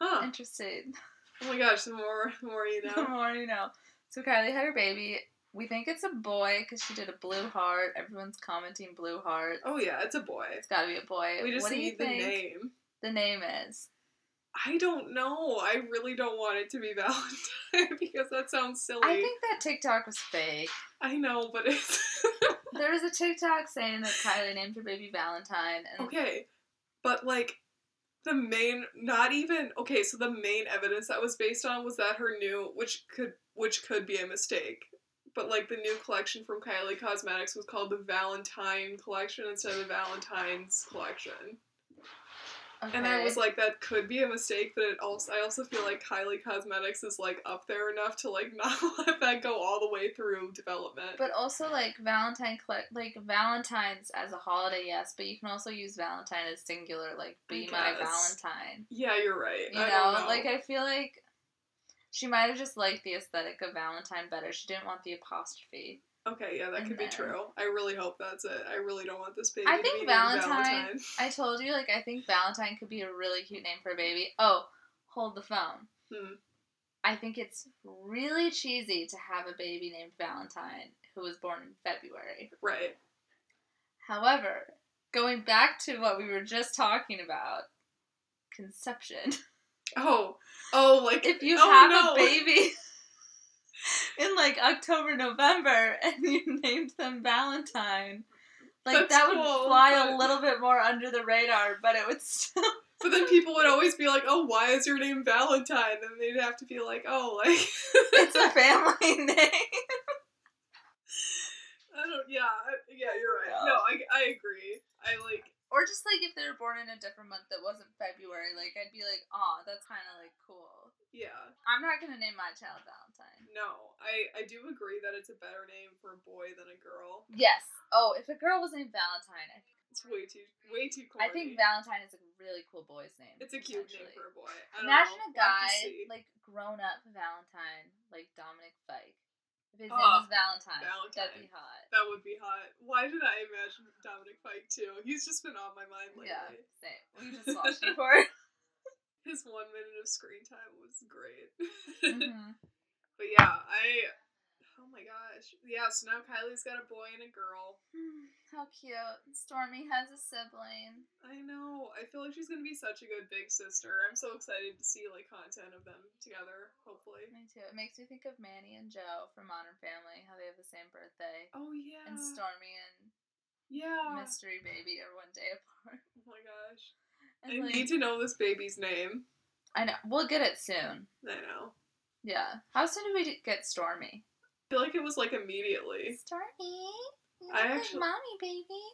Speaker 1: Huh?
Speaker 2: Interesting.
Speaker 1: Oh my gosh, the more, the more you
Speaker 2: The
Speaker 1: know.
Speaker 2: more you know. So Kylie had her baby. We think it's a boy because she did a blue heart. Everyone's commenting blue heart.
Speaker 1: Oh yeah, it's a boy.
Speaker 2: It's got to be a boy.
Speaker 1: We just
Speaker 2: what do you
Speaker 1: need the
Speaker 2: think
Speaker 1: name.
Speaker 2: the name is?
Speaker 1: I don't know. I really don't want it to be Valentine because that sounds silly.
Speaker 2: I think that TikTok was fake.
Speaker 1: I know, but it's
Speaker 2: There was a TikTok saying that Kylie named her baby Valentine, and
Speaker 1: okay. But like the main not even okay, so the main evidence that was based on was that her new which could which could be a mistake. But like the new collection from Kylie Cosmetics was called the Valentine collection instead of the Valentine's collection.
Speaker 2: okay.
Speaker 1: And I was like, that could be a mistake, but it also I also feel like Kylie Cosmetics is like up there enough to like not let that go all the way through development.
Speaker 2: But also like Valentine, colle- like Valentine's as a holiday, yes. But you can also use Valentine as singular, like be my
Speaker 1: guess.
Speaker 2: Valentine.
Speaker 1: yeah, you're right.
Speaker 2: You
Speaker 1: I
Speaker 2: know?
Speaker 1: don't know.
Speaker 2: like I feel like she might have just liked the aesthetic of Valentine better. She didn't want the apostrophe.
Speaker 1: okay, yeah, that
Speaker 2: in
Speaker 1: could be
Speaker 2: there.
Speaker 1: true. I really hope that's it. I really don't want this baby.
Speaker 2: I
Speaker 1: to
Speaker 2: think
Speaker 1: be named
Speaker 2: Valentine-
Speaker 1: Valentine.
Speaker 2: I told you, like I think Valentine could be a really cute name for a baby. Oh, hold the phone.
Speaker 1: Hmm.
Speaker 2: I think it's really cheesy to have a baby named Valentine who was born in February.
Speaker 1: Right.
Speaker 2: However, going back to what we were just talking about, conception.
Speaker 1: Oh, oh, like
Speaker 2: If you
Speaker 1: oh,
Speaker 2: have
Speaker 1: no.
Speaker 2: a baby in like October, November, and you named them Valentine, like
Speaker 1: That's
Speaker 2: that would
Speaker 1: cool,
Speaker 2: fly a
Speaker 1: but-
Speaker 2: little bit more under the radar, but it would still.
Speaker 1: But then people would always be like, "Oh, why is your name Valentine?" And they'd have to be like, "Oh, like
Speaker 2: it's a family name.
Speaker 1: I don't." Yeah, I- yeah, you're right.
Speaker 2: Yeah.
Speaker 1: No, I I agree. I like
Speaker 2: Or just like if they were born in a different month that wasn't February, like I'd be like, oh, that's kind of like cool.
Speaker 1: yeah.
Speaker 2: I'm not gonna name my child Valentine.
Speaker 1: No, I, I do agree that it's a better name for a boy than a girl.
Speaker 2: Yes. Oh, if a girl was named Valentine, I
Speaker 1: It's way too way too corny.
Speaker 2: I think Valentine is a really cool boy's name.
Speaker 1: it's a cute name
Speaker 2: essentially.
Speaker 1: for a boy. I don't know.
Speaker 2: Imagine a
Speaker 1: We'll have to
Speaker 2: guy
Speaker 1: see.
Speaker 2: like grown up Valentine, like Dominic Fike. If his name
Speaker 1: Ah,
Speaker 2: was Valentine, that'd
Speaker 1: Valentine.
Speaker 2: be hot.
Speaker 1: that would be hot. Why did I imagine Dominic Fike too? He's just been on my mind lately.
Speaker 2: Yeah, same. We just watched it for. it.
Speaker 1: His one minute of screen time was great.
Speaker 2: Mhm.
Speaker 1: but yeah, I oh my gosh. Yeah, so now Kylie's got a boy and a girl.
Speaker 2: Hmm, How cute! Stormy has a sibling.
Speaker 1: I know. I feel like she's gonna be such a good big sister. I'm so excited to see like content of them together, hopefully.
Speaker 2: Me too. It makes me think of Manny and Joe from Modern Family, how they have the same birthday,
Speaker 1: Oh yeah. Ah.
Speaker 2: and Stormy and
Speaker 1: Yeah.
Speaker 2: Mystery Baby are one day apart.
Speaker 1: Oh my gosh.
Speaker 2: And
Speaker 1: I
Speaker 2: like,
Speaker 1: need to know this baby's name.
Speaker 2: I know we'll get it soon.
Speaker 1: I know.
Speaker 2: Yeah. How soon did we get Stormy?
Speaker 1: I feel like it was like immediately.
Speaker 2: Stormy, you
Speaker 1: I
Speaker 2: look like
Speaker 1: actually-
Speaker 2: mommy, baby.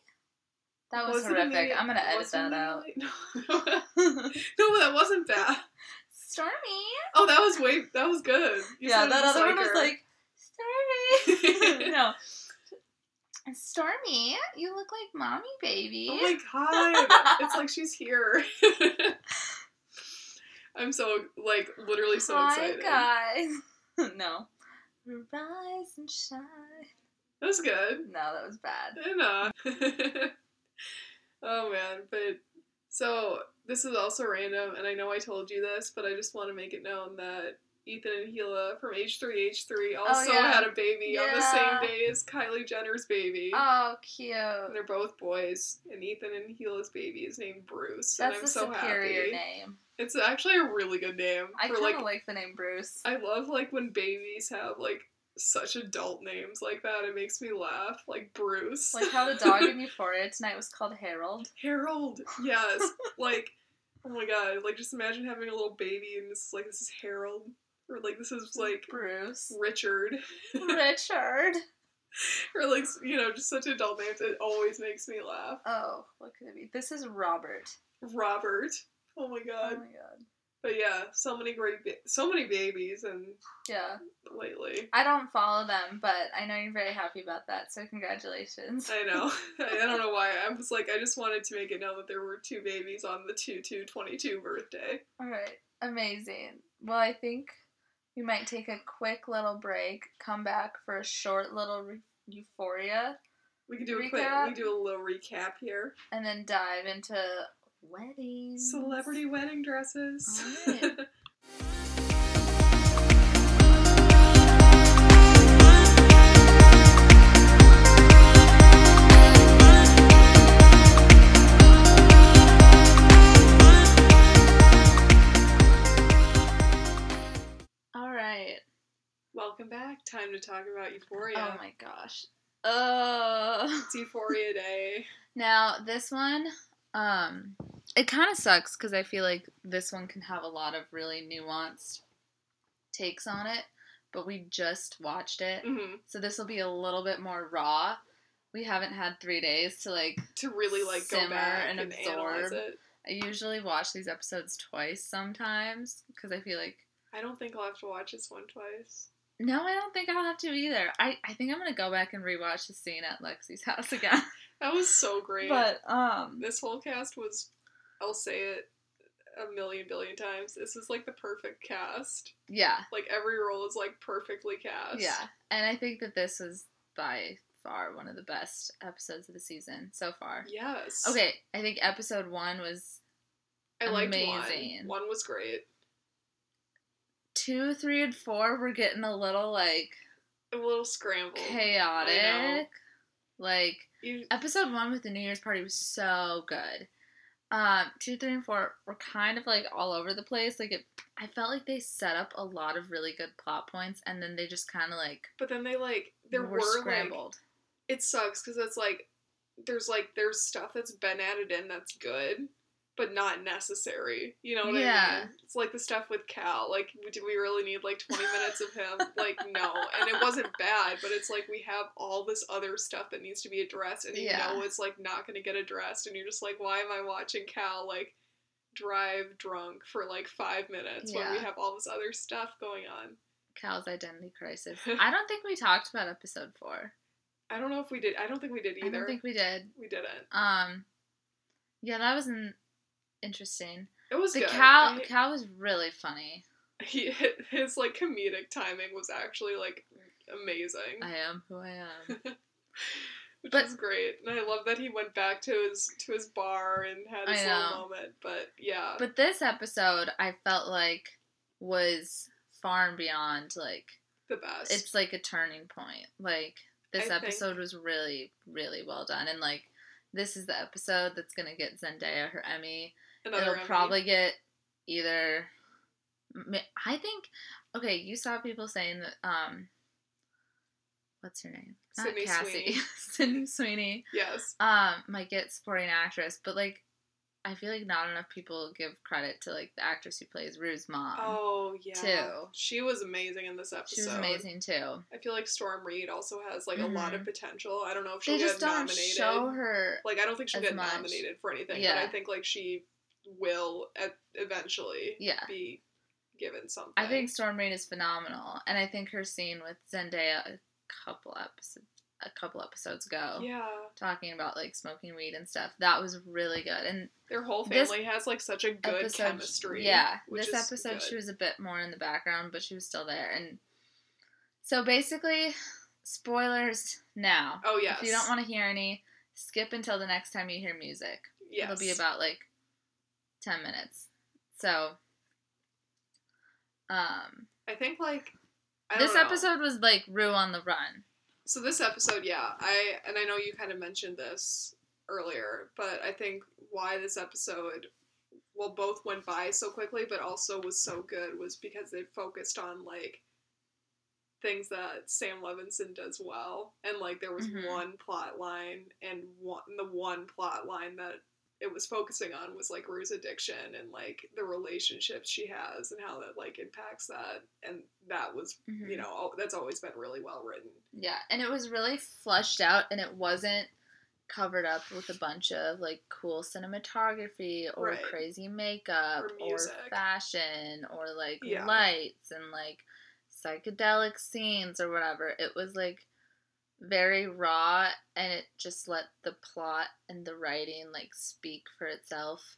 Speaker 2: That was,
Speaker 1: it
Speaker 2: horrific.
Speaker 1: immediate-
Speaker 2: I'm gonna edit
Speaker 1: was it
Speaker 2: that out.
Speaker 1: immediately? No. no, that wasn't bad.
Speaker 2: Stormy.
Speaker 1: Oh, that was way. That was good. You
Speaker 2: yeah,
Speaker 1: said it
Speaker 2: that
Speaker 1: just
Speaker 2: other one was
Speaker 1: her.
Speaker 2: like Stormy. no. Stormy, you look like mommy, baby.
Speaker 1: Oh my god! it's like she's here. I'm so like literally so
Speaker 2: Hi
Speaker 1: excited.
Speaker 2: guys. no. Rise and shine.
Speaker 1: That was good.
Speaker 2: No, that was bad.
Speaker 1: Enough. oh man, but so this is also random, and I know I told you this, but I just want to make it known that Ethan and Gila from H3H3 also
Speaker 2: Oh, yeah.
Speaker 1: had a baby on the
Speaker 2: Yeah.
Speaker 1: same day as Kylie Jenner's baby.
Speaker 2: Oh,
Speaker 1: And
Speaker 2: cute.
Speaker 1: They're both boys, and Ethan and Gila's baby is named Bruce. and
Speaker 2: That's
Speaker 1: I'm
Speaker 2: the
Speaker 1: so
Speaker 2: superior
Speaker 1: happy.
Speaker 2: name.
Speaker 1: It's actually a really good name.
Speaker 2: I
Speaker 1: for
Speaker 2: kind of
Speaker 1: like,
Speaker 2: like, the name Bruce.
Speaker 1: I love like when babies have like such adult names like that. It makes me laugh. Like Bruce,
Speaker 2: like how the dog in Euphoria tonight was called Harold.
Speaker 1: Harold. Yes, like oh my god. Like just imagine having a little baby and this is like this is Harold, or like this is like
Speaker 2: Bruce.
Speaker 1: Richard,
Speaker 2: Richard.
Speaker 1: or like you know just such adult names. It always makes me laugh.
Speaker 2: Oh, what could it be? This is Robert.
Speaker 1: Robert. Oh my
Speaker 2: Oh my
Speaker 1: god.
Speaker 2: god.
Speaker 1: But yeah, so many great, ba- so many babies, and
Speaker 2: Yeah.
Speaker 1: lately,
Speaker 2: I don't follow them, but I know you're very happy about that, so congratulations.
Speaker 1: I know, I don't know why. I was like, I just wanted to make it known that there were two babies on the two two twenty two birthday.
Speaker 2: All right. Amazing. Well, I think We might take a quick little break, come back for a short little re- euphoria,
Speaker 1: We could do a quick.
Speaker 2: Recap?
Speaker 1: We do a little recap here.
Speaker 2: and then dive into weddings.
Speaker 1: Celebrity wedding dresses.
Speaker 2: Alright. All right.
Speaker 1: Welcome back. Time to talk about Euphoria.
Speaker 2: Oh my gosh. Uh.
Speaker 1: It's Euphoria Day.
Speaker 2: Now this one, um, it kind of sucks because I feel like this one can have a lot of really nuanced takes on it, but we just watched it,
Speaker 1: hmm
Speaker 2: so this will be a little bit more raw. We haven't had three days to like.
Speaker 1: To really like go
Speaker 2: Simmer
Speaker 1: back
Speaker 2: and
Speaker 1: and, analyze
Speaker 2: absorb.
Speaker 1: it.
Speaker 2: I usually watch these episodes twice sometimes because I feel like
Speaker 1: I don't think I'll have to watch this one twice.
Speaker 2: no, I don't think I'll have to either. I I think I'm gonna go back and rewatch the scene at Lexi's house again.
Speaker 1: That was so great.
Speaker 2: but um,
Speaker 1: this whole cast was, I'll say it a million billion times. This is like the perfect cast.
Speaker 2: yeah,
Speaker 1: Like every role is like perfectly cast.
Speaker 2: Yeah, and I think that this was by far one of the best episodes of the season so far.
Speaker 1: Yes.
Speaker 2: Okay, I think episode one was
Speaker 1: I liked
Speaker 2: amazing.
Speaker 1: one. One was great.
Speaker 2: two, three, and four were getting a little like
Speaker 1: A little scrambled. I
Speaker 2: chaotic.
Speaker 1: Oh, know.
Speaker 2: Like
Speaker 1: You,
Speaker 2: episode one with the New Year's party was so good. Um, two, three, and four were kind of like all over the place. Like it, I felt like they set up a lot of really good plot points, and then they just kind of like
Speaker 1: but then they like there were,
Speaker 2: were
Speaker 1: like
Speaker 2: scrambled.
Speaker 1: it sucks because it's like there's like there's stuff that's been added in that's good but not necessary you know what i
Speaker 2: Yeah.
Speaker 1: mean it's like the stuff with cal like do we really need like 20 minutes of him like no and it wasn't bad but it's like we have all this other stuff that needs to be addressed and you
Speaker 2: Yeah.
Speaker 1: know it's like not going to get addressed and you're just like why am i watching cal like drive drunk for like five minutes when we
Speaker 2: Yeah.
Speaker 1: have all this other stuff going on
Speaker 2: Cal's identity crisis. I don't think we talked about episode four.
Speaker 1: i don't know if we did i don't think we did
Speaker 2: I
Speaker 1: either
Speaker 2: don't think we did.
Speaker 1: we didn't
Speaker 2: Um, yeah, that was an interesting.
Speaker 1: it was
Speaker 2: The
Speaker 1: good.
Speaker 2: cow,
Speaker 1: I-
Speaker 2: cow was really funny.
Speaker 1: he his like comedic timing was actually like amazing,
Speaker 2: I am who I am.
Speaker 1: which
Speaker 2: but-
Speaker 1: was great. And I love that he went back to his to his bar and had
Speaker 2: I
Speaker 1: his
Speaker 2: know.
Speaker 1: little moment. But yeah,
Speaker 2: but this episode, I felt like was far and beyond. Like
Speaker 1: the best.
Speaker 2: it's like a turning point. Like this
Speaker 1: I think-
Speaker 2: episode was really, really well done, and like this is the episode that's gonna get Zendaya her Emmy.
Speaker 1: Another
Speaker 2: it'll
Speaker 1: Emmy.
Speaker 2: probably get either. m- I think. Okay, you saw people saying that. Um, what's her name? Not
Speaker 1: Sydney
Speaker 2: Cassie.
Speaker 1: Sweeney.
Speaker 2: Sydney Sweeney.
Speaker 1: yes.
Speaker 2: Um, might get supporting actress, but like, I feel like not enough people give credit to like the actress who plays Rue's mom.
Speaker 1: Oh yeah,
Speaker 2: Two.
Speaker 1: she was amazing in this episode.
Speaker 2: um, she was amazing too.
Speaker 1: I feel like Storm Reed also has like a lot of
Speaker 2: Mhm.
Speaker 1: potential. I don't know if
Speaker 2: They
Speaker 1: she'll
Speaker 2: just
Speaker 1: get
Speaker 2: don't
Speaker 1: nominated.
Speaker 2: show her.
Speaker 1: like I don't think she'll
Speaker 2: as
Speaker 1: get
Speaker 2: much.
Speaker 1: nominated for anything, but
Speaker 2: Yeah.
Speaker 1: I think like she will at, eventually
Speaker 2: Yeah.
Speaker 1: be given something.
Speaker 2: I think Storm Reid is phenomenal, and I think her scene with Zendaya a couple episodes a couple episodes ago.
Speaker 1: yeah.
Speaker 2: talking about like smoking weed and stuff. That was really good. And
Speaker 1: Their whole
Speaker 2: This
Speaker 1: family has like such a good
Speaker 2: episode,
Speaker 1: chemistry.
Speaker 2: Yeah,
Speaker 1: which
Speaker 2: this
Speaker 1: is
Speaker 2: episode
Speaker 1: good.
Speaker 2: she was a bit more in the background, but she was still there. And so basically, spoilers now.
Speaker 1: Oh yes.
Speaker 2: If you don't want to hear any, skip until the next time you hear music.
Speaker 1: yes.
Speaker 2: It'll be about like ten minutes. So, um,
Speaker 1: I think like I
Speaker 2: this
Speaker 1: don't know.
Speaker 2: episode was like Rue on the run.
Speaker 1: So this episode, yeah, I and I know you kind of mentioned this earlier, but I think why this episode, well, both went by so quickly, but also was so good was because it focused on like things that Sam Levinson does well, and like there was
Speaker 2: Mhm.
Speaker 1: one plot line, and one the one plot line that it was focusing on was like Rue's addiction and like the relationships she has and how that like impacts that, and that was
Speaker 2: Mhm.
Speaker 1: you know al- that's always been really well written.
Speaker 2: Yeah, and it was really flushed out and it wasn't covered up with a bunch of like cool cinematography or
Speaker 1: Right.
Speaker 2: crazy makeup
Speaker 1: Or
Speaker 2: or,
Speaker 1: music.
Speaker 2: fashion or like
Speaker 1: Yeah.
Speaker 2: lights and like psychedelic scenes or whatever. It was like very raw and it just let the plot and the writing like speak for itself.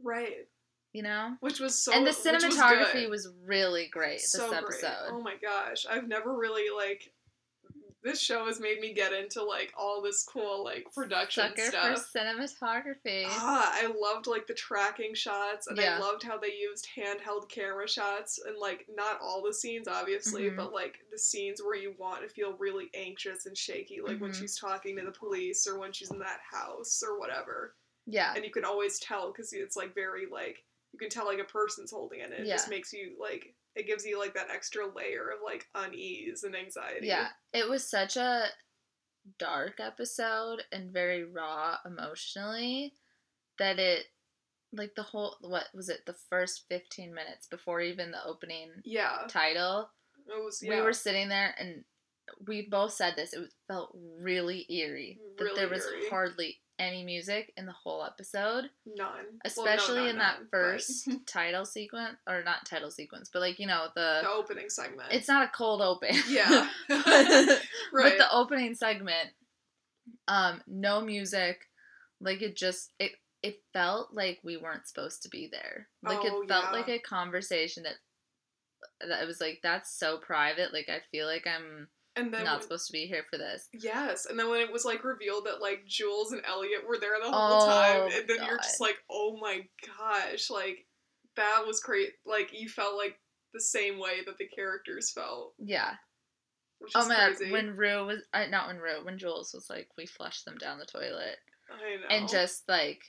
Speaker 1: Right.
Speaker 2: you know?
Speaker 1: which was so
Speaker 2: and the
Speaker 1: which was good.
Speaker 2: cinematography was, really great this
Speaker 1: so
Speaker 2: episode.
Speaker 1: Great. Oh my gosh, I've never really like this show has made me get into like all this cool like production
Speaker 2: Sucker
Speaker 1: stuff.
Speaker 2: for cinematography.
Speaker 1: Ah, I loved like the tracking shots, and
Speaker 2: Yeah.
Speaker 1: I loved how they used handheld camera shots, and like not all the scenes, obviously,
Speaker 2: Mhm.
Speaker 1: but like the scenes where you want to feel really anxious and shaky, like when
Speaker 2: Mhm.
Speaker 1: she's talking to the police or when she's in that house or whatever.
Speaker 2: yeah.
Speaker 1: And you can always tell because it's like very like you can tell like a person's holding it. It just
Speaker 2: Yeah.
Speaker 1: makes you like it gives you like that extra layer of like unease and anxiety.
Speaker 2: Yeah. It was such a dark episode and very raw emotionally that it like the whole what was it the first 15 minutes before even the opening
Speaker 1: Yeah.
Speaker 2: title
Speaker 1: It was
Speaker 2: we
Speaker 1: yeah.
Speaker 2: were sitting there and we both said this it felt really eerie that
Speaker 1: Really
Speaker 2: there was
Speaker 1: eerie.
Speaker 2: hardly any music in the whole episode
Speaker 1: none. Well, no,
Speaker 2: especially
Speaker 1: not
Speaker 2: in that
Speaker 1: none, but
Speaker 2: first title sequence or not title sequence but like you know the
Speaker 1: the opening segment.
Speaker 2: uh, it's not a cold open
Speaker 1: yeah.
Speaker 2: but,
Speaker 1: right.
Speaker 2: the opening segment um no music like it just it it felt like we weren't supposed to be there like
Speaker 1: Oh,
Speaker 2: it felt
Speaker 1: yeah.
Speaker 2: like a conversation that that it was like that's so private like i feel like i'm
Speaker 1: and then
Speaker 2: not
Speaker 1: when-
Speaker 2: supposed to be here for this
Speaker 1: Yes, and then when it was like revealed that like Jules and Elliot were there the whole
Speaker 2: Oh,
Speaker 1: time,
Speaker 2: my
Speaker 1: and then you're just like, oh my gosh, like that was great. Like you felt like the same way that the characters felt.
Speaker 2: yeah
Speaker 1: Which is
Speaker 2: oh my
Speaker 1: crazy.
Speaker 2: god when rue was uh, not when rue when jules was like we flushed them down the toilet
Speaker 1: I know.
Speaker 2: and just like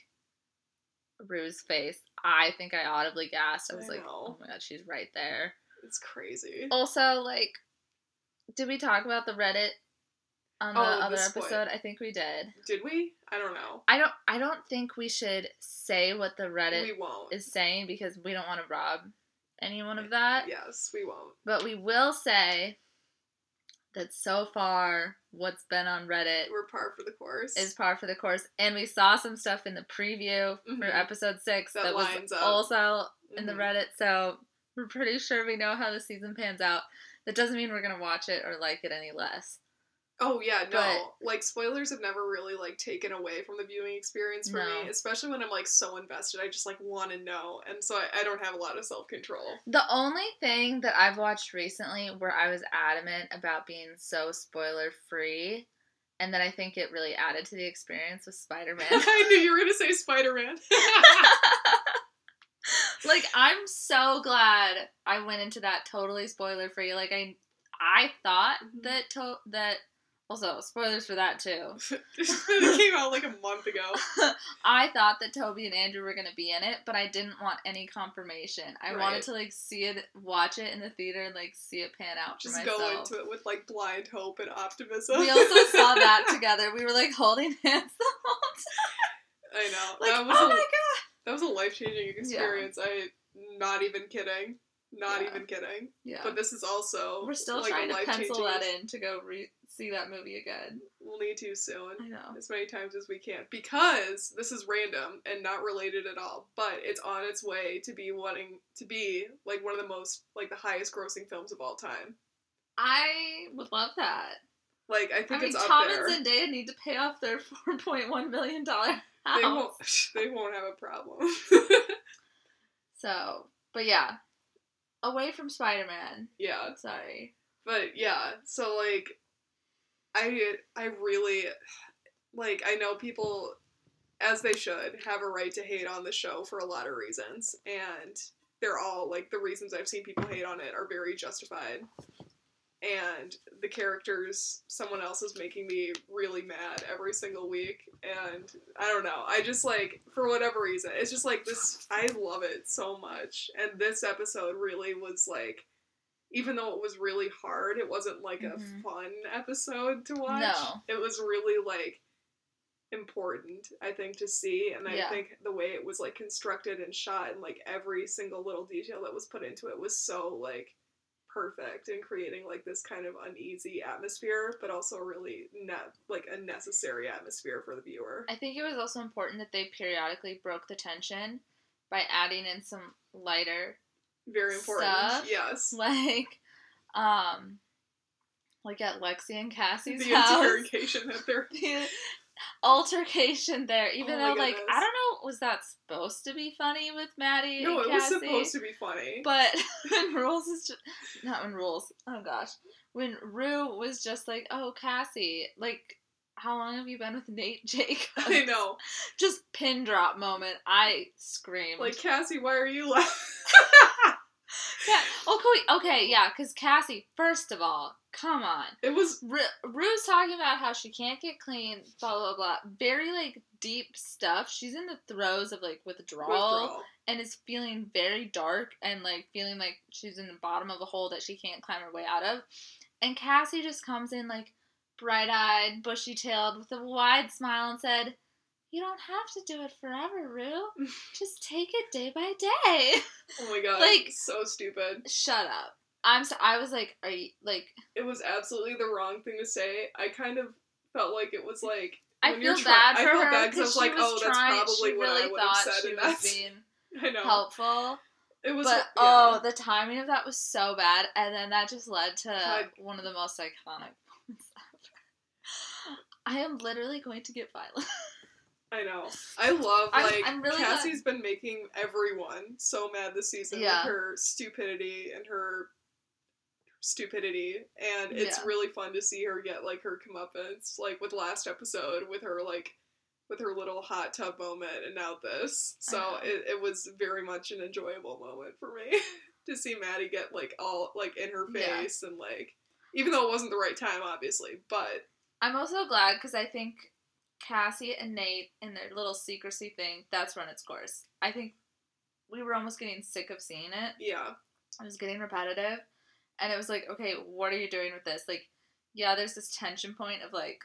Speaker 2: rue's face i think i audibly gasped i was
Speaker 1: I
Speaker 2: like
Speaker 1: know.
Speaker 2: oh my god she's right there
Speaker 1: it's
Speaker 2: Oh
Speaker 1: crazy.
Speaker 2: Also, like, did we talk about the Reddit on the
Speaker 1: Oh, the
Speaker 2: other
Speaker 1: split.
Speaker 2: episode? I think we did.
Speaker 1: Did we? I don't know.
Speaker 2: I don't. I don't think we should say what the Reddit
Speaker 1: we won't.
Speaker 2: is saying because we don't want to rob anyone of that.
Speaker 1: Yes, we won't.
Speaker 2: But we will say that so far, what's been on Reddit
Speaker 1: We're par for the course.
Speaker 2: is par for the course, and we saw some stuff in the preview for
Speaker 1: Mhm.
Speaker 2: episode six
Speaker 1: That
Speaker 2: that, was
Speaker 1: lines up.
Speaker 2: also in the
Speaker 1: Mhm.
Speaker 2: Reddit, so we're pretty sure we know how the season pans out. That doesn't mean we're gonna watch it or like it any less.
Speaker 1: Oh yeah, no.
Speaker 2: But-
Speaker 1: like spoilers have never really like taken away from the viewing experience for
Speaker 2: No.
Speaker 1: me, especially when I'm like so invested. I just like want to know, and so I, I don't have a lot of self control.
Speaker 2: The only thing that I've watched recently where I was adamant about being so spoiler free, and that I think it really added to the experience was Spider Man.
Speaker 1: I knew you were gonna say Spider Man.
Speaker 2: like I'm so glad I went into that totally spoiler free. Like I, I thought
Speaker 1: Mhm.
Speaker 2: that to- that also spoilers for that too.
Speaker 1: it came out like a month ago.
Speaker 2: I thought that Toby and Andrew were gonna be in it, but I didn't want any confirmation. I wanted
Speaker 1: Right.
Speaker 2: to like see it, watch it in the theater, and like see it pan out for
Speaker 1: Just
Speaker 2: myself.
Speaker 1: go into it with like blind hope and optimism.
Speaker 2: We also saw that together. We were like holding hands the whole time.
Speaker 1: I know
Speaker 2: Like,
Speaker 1: that was
Speaker 2: oh
Speaker 1: a,
Speaker 2: my god!
Speaker 1: that was a life changing experience. I not even kidding, not
Speaker 2: Yeah.
Speaker 1: even kidding.
Speaker 2: Yeah,
Speaker 1: But this is also
Speaker 2: we're still
Speaker 1: like,
Speaker 2: trying
Speaker 1: a
Speaker 2: to
Speaker 1: life-changing
Speaker 2: pencil that in to go re- see that movie again.
Speaker 1: We'll need to soon.
Speaker 2: I know.
Speaker 1: as many times as we can because this is random and not related at all but it's on its way to be wanting to be like one of the most like the highest grossing films of all time
Speaker 2: I would love that.
Speaker 1: like i think
Speaker 2: I, mean,
Speaker 1: it's up
Speaker 2: Tom
Speaker 1: there
Speaker 2: and Zendaya need to pay off their four point one million dollar house.
Speaker 1: they won't they won't have a problem
Speaker 2: So, but yeah, away from Spider Man.
Speaker 1: yeah
Speaker 2: Sorry.
Speaker 1: but yeah so like i i really like i know people as they should have a right to hate on the show for a lot of reasons and they're all like the reasons i've seen people hate on it are very justified and the characters someone else is making me really mad every single week and i don't know i just like for whatever reason it's just like this i love it so much and this episode really was like even though it was really hard it wasn't like
Speaker 2: Mhm.
Speaker 1: a fun episode to watch
Speaker 2: No.
Speaker 1: it was really like important i think to see and i
Speaker 2: Yeah.
Speaker 1: think the way it was like constructed and shot and like every single little detail that was put into it was so like perfect in creating like this kind of uneasy atmosphere, but also a really not like a necessary atmosphere for the viewer.
Speaker 2: I think it was also important that they periodically broke the tension by adding in some lighter,
Speaker 1: Very important.
Speaker 2: Stuff.
Speaker 1: Yes.
Speaker 2: like, um, like at Lexi and
Speaker 1: The
Speaker 2: Cassie's house.
Speaker 1: interrogation that they're
Speaker 2: The- altercation there. Even
Speaker 1: Oh my
Speaker 2: though, like,
Speaker 1: goodness.
Speaker 2: I don't know, was that supposed to be funny with Maddie?
Speaker 1: No,
Speaker 2: and
Speaker 1: it was
Speaker 2: Cassie?
Speaker 1: supposed to be funny.
Speaker 2: But when Rules is just not when Rules. Oh gosh, when Rue was just like, "Oh Cassie, like, how long have you been with Nate Jake?"
Speaker 1: I know.
Speaker 2: just pin drop moment. I screamed.
Speaker 1: Like Cassie, why are you laughing?
Speaker 2: yeah. Okay, okay, yeah. Because Cassie, first of all, come on.
Speaker 1: It was
Speaker 2: Ru- Rue's talking about how she can't get clean, blah blah blah. Very like deep stuff. She's in the throes of like withdrawal.
Speaker 1: withdrawal.
Speaker 2: and is feeling very dark and like feeling like she's in the bottom of a hole that she can't climb her way out of. And Cassie just comes in like bright eyed, bushy tailed, with a wide smile and said, You don't have to do it forever, Rue. Just take it day by day.
Speaker 1: Oh my god.
Speaker 2: Like-
Speaker 1: so stupid.
Speaker 2: Shut up. I'm so I was like, Are you like
Speaker 1: It was absolutely the wrong thing to say. I kind of felt like it was like
Speaker 2: I
Speaker 1: when
Speaker 2: feel
Speaker 1: you're try-
Speaker 2: bad
Speaker 1: I
Speaker 2: for
Speaker 1: felt
Speaker 2: her
Speaker 1: bad 'cause I
Speaker 2: because
Speaker 1: was
Speaker 2: she
Speaker 1: like,
Speaker 2: was
Speaker 1: oh, that's
Speaker 2: trying.
Speaker 1: probably
Speaker 2: she
Speaker 1: what I
Speaker 2: really
Speaker 1: would have
Speaker 2: thought
Speaker 1: said
Speaker 2: she
Speaker 1: in
Speaker 2: was
Speaker 1: that.
Speaker 2: being
Speaker 1: I know.
Speaker 2: helpful.
Speaker 1: It was
Speaker 2: But
Speaker 1: yeah.
Speaker 2: oh, the timing of that was so bad, and then that just led to
Speaker 1: God.
Speaker 2: one of the most iconic moments ever. I am literally going to get violent.
Speaker 1: I know. I love
Speaker 2: I'm-
Speaker 1: like
Speaker 2: I'm really glad-
Speaker 1: Cassie's been making everyone so mad this season
Speaker 2: Yeah.
Speaker 1: with her stupidity and her stupidity, and it's
Speaker 2: Yeah.
Speaker 1: really fun to see her get like her comeuppance, like with last episode with her like with her little hot tub moment, and now this. So
Speaker 2: know.
Speaker 1: it, it was very much an enjoyable moment for me to see Maddie get like all like in her
Speaker 2: Yeah.
Speaker 1: face and like. Even though it wasn't the right time, obviously, but
Speaker 2: I'm also glad because I think Cassie and Nate and their little secrecy thing that's run its course. I think we were almost getting sick of seeing it.
Speaker 1: yeah,
Speaker 2: It was getting repetitive, and it was like, okay, what are you doing with this? Like, yeah, there's this tension point of like.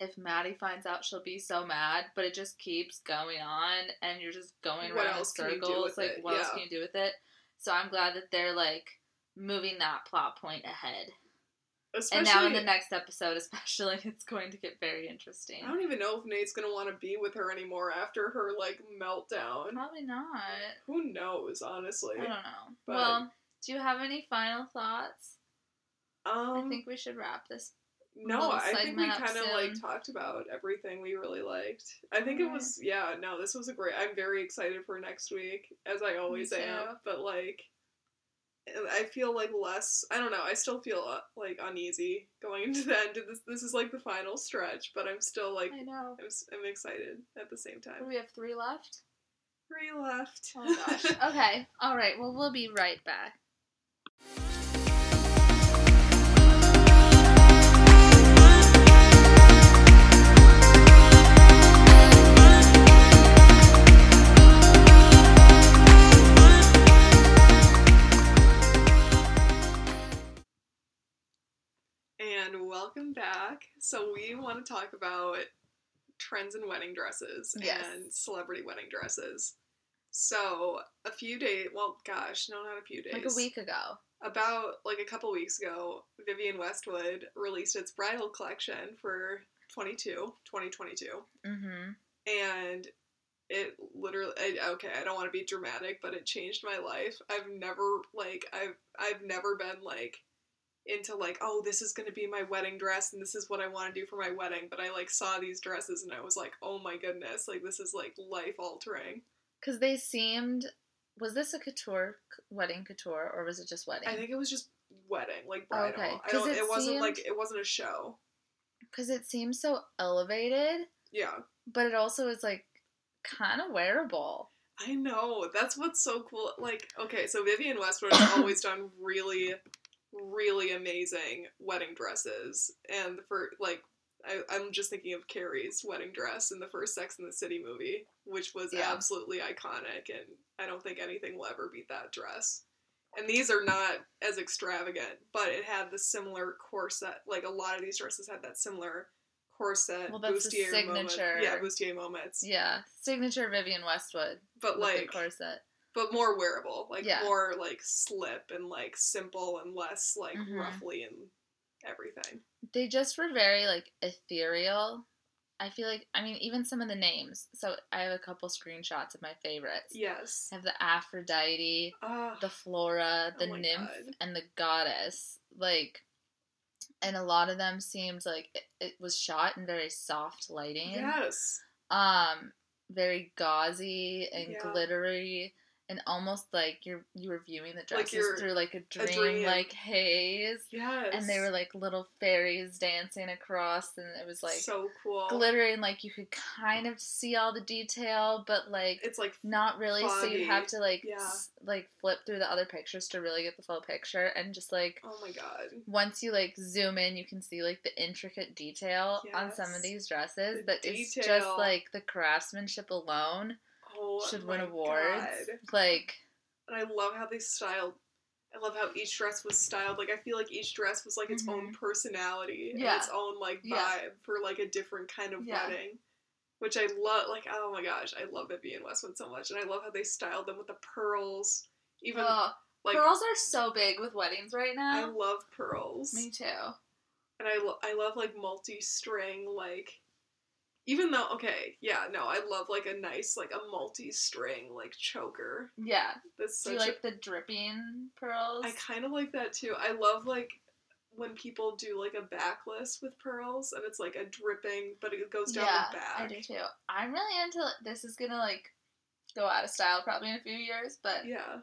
Speaker 2: If Maddie finds out, she'll be so mad, but it just keeps going on, and you're just going
Speaker 1: What
Speaker 2: around in
Speaker 1: else can you do
Speaker 2: circles.
Speaker 1: with
Speaker 2: Like,
Speaker 1: it?
Speaker 2: what else
Speaker 1: Yeah.
Speaker 2: can you do with it? So I'm glad that they're like moving that plot point ahead,
Speaker 1: especially
Speaker 2: and now in the next episode, especially, it's going to get very interesting.
Speaker 1: I don't even know if Nate's gonna want to be with her anymore after her like meltdown.
Speaker 2: Probably not.
Speaker 1: Who knows, honestly.
Speaker 2: I don't know.
Speaker 1: But-
Speaker 2: well, do you have any final thoughts?
Speaker 1: Um,
Speaker 2: I think we should wrap this
Speaker 1: no,
Speaker 2: little
Speaker 1: I think we
Speaker 2: segment up
Speaker 1: kind of like
Speaker 2: soon.
Speaker 1: talked about everything we really liked. I think it
Speaker 2: Alright.
Speaker 1: was yeah. No, this was a great. I'm very excited for next week, as I always
Speaker 2: too.
Speaker 1: am. But like, and I feel like less. I don't know. I still feel uh, like uneasy going into the end of this. This is like the final stretch, but I'm still like
Speaker 2: I
Speaker 1: I'm,
Speaker 2: know.
Speaker 1: s- I'm excited at the same time.
Speaker 2: We have three left.
Speaker 1: Three left.
Speaker 2: Oh gosh. okay. All right. Well, we'll be right back.
Speaker 1: And welcome back. So we want to talk about trends in wedding dresses
Speaker 2: Yes.
Speaker 1: and celebrity wedding dresses. So a few days, well, gosh, no, not a few days.
Speaker 2: Like a week ago.
Speaker 1: About like a couple weeks ago, Vivian Westwood released its bridal collection for 22, 2022
Speaker 2: Mm-hmm.
Speaker 1: and it literally I, okay i don't want to be dramatic but it changed my life i've never like i've i've never been like into like oh this is going to be my wedding dress and this is what i want to do for my wedding but i like saw these dresses and i was like oh my goodness like this is like life altering
Speaker 2: Because they seemed. Was this a couture wedding couture or was it just wedding?
Speaker 1: i think it was just wedding like bridal
Speaker 2: Okay,
Speaker 1: i
Speaker 2: 'cause
Speaker 1: don't
Speaker 2: it
Speaker 1: it, wasn't
Speaker 2: seemed-
Speaker 1: like it wasn't a show
Speaker 2: because it seems so elevated,
Speaker 1: yeah
Speaker 2: but it also is like kind of wearable.
Speaker 1: I know. That's what's so cool. Like, okay, so Vivian Westwood has always done really, really amazing wedding dresses. And for, like, I, I'm just thinking of Carrie's wedding dress in the first Sex and the City movie, which was
Speaker 2: Yeah.
Speaker 1: absolutely iconic. And I don't think anything will ever beat that dress. And these are not as extravagant, but it had the similar corset. Like, a lot of these dresses had that similar corset,
Speaker 2: Well, that's the
Speaker 1: bustier moment.
Speaker 2: signature.
Speaker 1: Yeah, bustier moments.
Speaker 2: Yeah, signature Vivian Westwood
Speaker 1: But,
Speaker 2: with the
Speaker 1: like,
Speaker 2: corset.
Speaker 1: but more wearable, like
Speaker 2: Yeah.
Speaker 1: more like slip and like simple and less like
Speaker 2: Mhm.
Speaker 1: roughly and everything.
Speaker 2: They just were very like ethereal. I feel like I mean even some of the names. So I have a couple screenshots of my favorites.
Speaker 1: Yes.
Speaker 2: I have the Aphrodite.
Speaker 1: Uh,
Speaker 2: the flora, the
Speaker 1: Oh my
Speaker 2: nymph,
Speaker 1: God.
Speaker 2: and the goddess. Like, and a lot of them seemed like it, it was shot in very soft lighting.
Speaker 1: Yes.
Speaker 2: Um, very gauzy and
Speaker 1: Yeah.
Speaker 2: glittery, and almost like you're you were viewing the dresses
Speaker 1: you're-
Speaker 2: through like a dream,
Speaker 1: dream.
Speaker 2: like haze.
Speaker 1: Yes.
Speaker 2: And they were like little fairies dancing across, and it was like
Speaker 1: so cool.
Speaker 2: glittery, and like you could kind of see all the detail, but like
Speaker 1: It's like
Speaker 2: not really. So
Speaker 1: foggy.
Speaker 2: you have to like
Speaker 1: Yeah.
Speaker 2: s- like flip through the other pictures to really get the full picture, and just like
Speaker 1: oh my god.
Speaker 2: once you like zoom in, you can see like the intricate detail on some
Speaker 1: Yes.
Speaker 2: of these dresses.
Speaker 1: The
Speaker 2: That it's
Speaker 1: detail.
Speaker 2: just like the craftsmanship alone
Speaker 1: Oh
Speaker 2: should win
Speaker 1: my
Speaker 2: awards.
Speaker 1: God.
Speaker 2: Like
Speaker 1: And I love how they styled. I love how each dress was styled. Like I feel like each dress was like its own personality
Speaker 2: Mm-hmm. Yeah.
Speaker 1: and its own like vibe
Speaker 2: Yeah.
Speaker 1: for like a different kind of
Speaker 2: Yeah.
Speaker 1: wedding. Which I love. Like oh my gosh, I love Vivian Westwood so much, and I love how they styled them with the pearls. Even
Speaker 2: ugh,
Speaker 1: like
Speaker 2: pearls are so big with weddings
Speaker 1: I
Speaker 2: right now.
Speaker 1: love pearls.
Speaker 2: Me too.
Speaker 1: and I, lo- I love like multi string like even though okay yeah no I love like a nice like a multi string like choker
Speaker 2: Yeah.
Speaker 1: that's
Speaker 2: Do you
Speaker 1: such
Speaker 2: like the dripping pearls?
Speaker 1: a, I kind of like that too I love like when people do like a backless with pearls and it's like a dripping but it goes down
Speaker 2: yeah,
Speaker 1: the back
Speaker 2: I do too. I'm really into this. Is gonna like go out of style probably in a few years, but
Speaker 1: yeah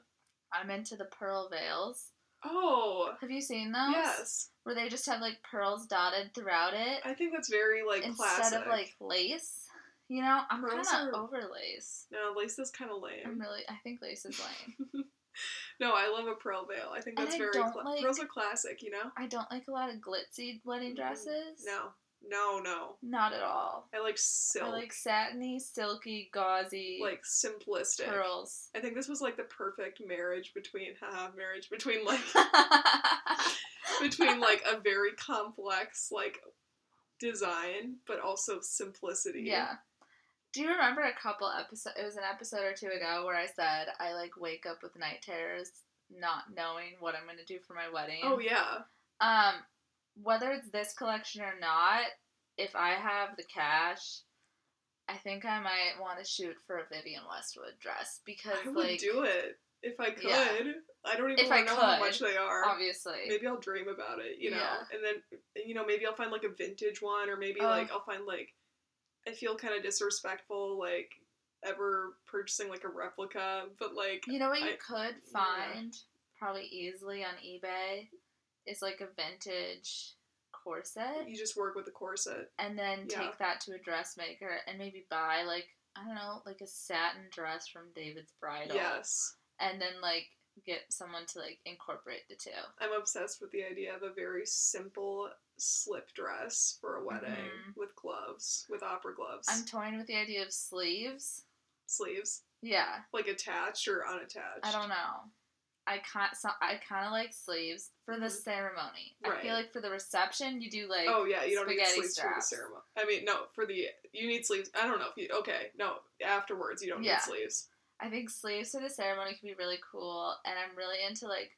Speaker 2: I'm into the pearl veils.
Speaker 1: oh
Speaker 2: Have you seen those?
Speaker 1: yes
Speaker 2: Where they just have like pearls dotted throughout it.
Speaker 1: I think that's very like
Speaker 2: instead
Speaker 1: classic
Speaker 2: of like lace. You know, I'm kind
Speaker 1: Pearls
Speaker 2: of
Speaker 1: are-
Speaker 2: over lace.
Speaker 1: no lace is kind of lame
Speaker 2: I'm really, I think lace is lame.
Speaker 1: no I love a pearl veil I think
Speaker 2: And
Speaker 1: that's
Speaker 2: I
Speaker 1: very
Speaker 2: don't
Speaker 1: cla-
Speaker 2: like-
Speaker 1: pearls are classic you know
Speaker 2: I don't like a lot of glitzy wedding
Speaker 1: Mm,
Speaker 2: dresses.
Speaker 1: no no no
Speaker 2: Not at all.
Speaker 1: I like silk.
Speaker 2: I like satiny, silky, gauzy
Speaker 1: like simplistic.
Speaker 2: pearls.
Speaker 1: I think this was like the perfect marriage between haha marriage between like between like a very complex like design but also simplicity.
Speaker 2: yeah. Do you remember a couple episodes? It was an episode or two ago where I said I like wake up with night terrors, not knowing what I'm gonna do for my wedding.
Speaker 1: Oh yeah.
Speaker 2: Um, whether it's this collection or not, if I have the cash, I think I might want to shoot for a Vivian Westwood dress because,
Speaker 1: I would
Speaker 2: like,
Speaker 1: do it if I could.
Speaker 2: Yeah.
Speaker 1: I don't even
Speaker 2: If I
Speaker 1: wanna know how
Speaker 2: could,
Speaker 1: much they are.
Speaker 2: obviously,
Speaker 1: Maybe I'll dream about it, you know.
Speaker 2: Yeah.
Speaker 1: And then you know, maybe I'll find like a vintage one or maybe
Speaker 2: Oh.
Speaker 1: like I'll find like I feel kind of disrespectful like ever purchasing like a replica, but like
Speaker 2: you know what you
Speaker 1: I-
Speaker 2: could find probably easily on eBay is like a vintage corset,
Speaker 1: you just work with the corset.
Speaker 2: and then
Speaker 1: Yeah.
Speaker 2: take that to a dressmaker and maybe buy like I don't know, like a satin dress from David's Bridal,
Speaker 1: Yes.
Speaker 2: and then like get someone to like incorporate the two.
Speaker 1: I'm obsessed with the idea of a very simple slip dress for a wedding
Speaker 2: Mhm.
Speaker 1: with gloves, with opera gloves,
Speaker 2: I'm torn with the idea of sleeves.
Speaker 1: sleeves,
Speaker 2: Yeah,
Speaker 1: like attached or unattached.
Speaker 2: I don't know. I can't. So I kind of like sleeves for the
Speaker 1: Mhm.
Speaker 2: ceremony. I
Speaker 1: Right.
Speaker 2: feel like for the reception, you do like.
Speaker 1: Oh yeah, you don't need
Speaker 2: spaghetti
Speaker 1: sleeves for the
Speaker 2: straps.
Speaker 1: ceremony. I mean, no, for the you need sleeves. I don't know if you okay. No, afterwards you don't
Speaker 2: Yeah.
Speaker 1: need sleeves.
Speaker 2: I think sleeves for the ceremony can be really cool, and I'm really into like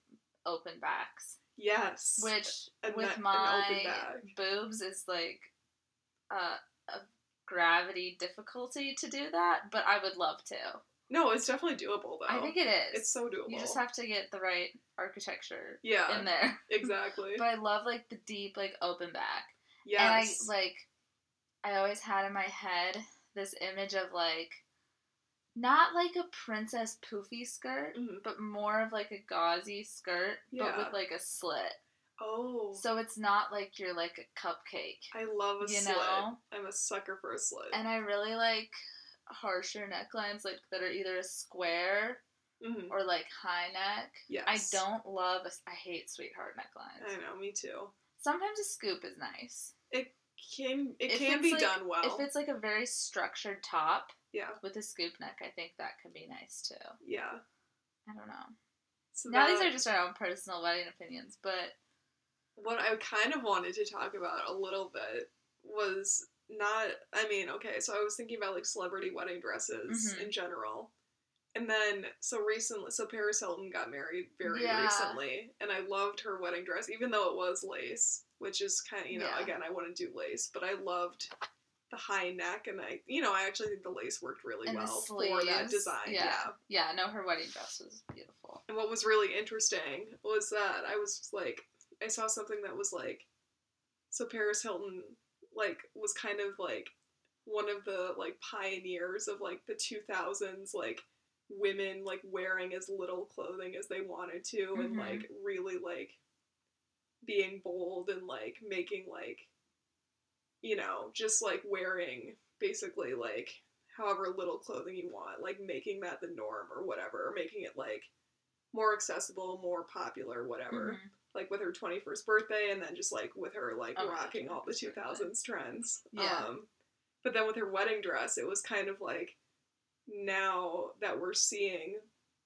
Speaker 2: open backs,
Speaker 1: Yes.
Speaker 2: which
Speaker 1: A ne-
Speaker 2: with
Speaker 1: an open
Speaker 2: my
Speaker 1: back.
Speaker 2: boobs is like uh, a gravity difficulty to do that, but I would love to.
Speaker 1: no, it's definitely doable though.
Speaker 2: I think it is.
Speaker 1: Oh, it's so doable.
Speaker 2: you just have to get the right architecture
Speaker 1: yeah,
Speaker 2: in there.
Speaker 1: exactly.
Speaker 2: But I love like the deep like open back.
Speaker 1: yes.
Speaker 2: And I like I always had in my head this image of like not like a princess poofy skirt,
Speaker 1: Mhm.
Speaker 2: but more of like a gauzy skirt but
Speaker 1: Yeah.
Speaker 2: with like a slit.
Speaker 1: Oh,
Speaker 2: So it's not like you're like a cupcake.
Speaker 1: I love a
Speaker 2: you
Speaker 1: slit.
Speaker 2: know?
Speaker 1: I'm a sucker for a slit.
Speaker 2: And I really like harsher necklines like that are either a square
Speaker 1: Mhm.
Speaker 2: or like high neck.
Speaker 1: Yes. Mm.
Speaker 2: I don't love a, I hate sweetheart necklines.
Speaker 1: I know, me too.
Speaker 2: Sometimes a scoop is nice.
Speaker 1: Can it
Speaker 2: If
Speaker 1: can
Speaker 2: it's
Speaker 1: be
Speaker 2: like-
Speaker 1: done well?
Speaker 2: If it's like a very structured top,
Speaker 1: Oh. yeah,
Speaker 2: with a scoop neck, I think that could be nice too.
Speaker 1: yeah.
Speaker 2: I don't know.
Speaker 1: So
Speaker 2: Now
Speaker 1: that-
Speaker 2: these are just our own personal wedding opinions, but
Speaker 1: what I kind of wanted to talk about a little bit was not. I mean, okay, so I was thinking about like celebrity wedding dresses
Speaker 2: Mhm.
Speaker 1: in general, and then so recently, so Paris Hilton got married very
Speaker 2: Yeah.
Speaker 1: recently, and I loved her wedding dress, even though it was lace, which is kind of you know
Speaker 2: Yeah.
Speaker 1: again I wouldn't do lace, but I loved the high neck, and I you know I actually think the lace worked really
Speaker 2: and
Speaker 1: well
Speaker 2: the
Speaker 1: for
Speaker 2: sleeves.
Speaker 1: that design. yeah.
Speaker 2: yeah, No, her wedding dress was beautiful.
Speaker 1: And what was really interesting was that I was like, I saw something that was like, So Paris Hilton like was kind of like one of the like pioneers of like the 2000s like women like wearing as little clothing as they wanted to and
Speaker 2: Mhm.
Speaker 1: like really like being bold and like making like you know just like wearing basically like however little clothing you want like making that the norm or whatever or making it like more accessible more popular whatever
Speaker 2: Mhm.
Speaker 1: like with her 21st birthday and then just like with her like
Speaker 2: Oh, yeah,
Speaker 1: rocking all the
Speaker 2: 21st
Speaker 1: 2000s
Speaker 2: birthday.
Speaker 1: trends
Speaker 2: Yeah.
Speaker 1: um but then with her wedding dress it was kind of like now that we're seeing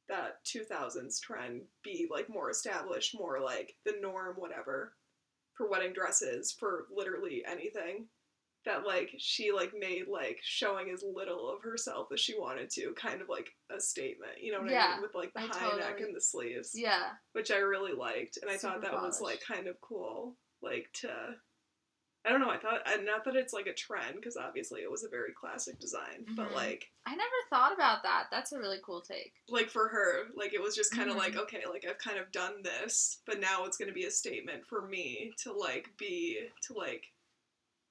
Speaker 1: that 2000s trend be like more established more like the norm whatever for wedding dresses for literally anything that like she like made like showing as little of herself as she wanted to kind of like a statement you know what i
Speaker 2: Yeah,
Speaker 1: mean with like the
Speaker 2: I
Speaker 1: high neck
Speaker 2: totally-
Speaker 1: and the sleeves
Speaker 2: Yeah.
Speaker 1: which I really liked, and I thought
Speaker 2: Super
Speaker 1: that was like
Speaker 2: polished.
Speaker 1: kind of cool. Like to, I don't know. I thought and not that it's like a trend because obviously it was a very classic design, but
Speaker 2: Mhm.
Speaker 1: like
Speaker 2: I never thought about that. That's a really cool take.
Speaker 1: like for her, like it was just kind of like
Speaker 2: Mhm.
Speaker 1: okay, like I've kind of done this, but now it's gonna be a statement for me to like be to like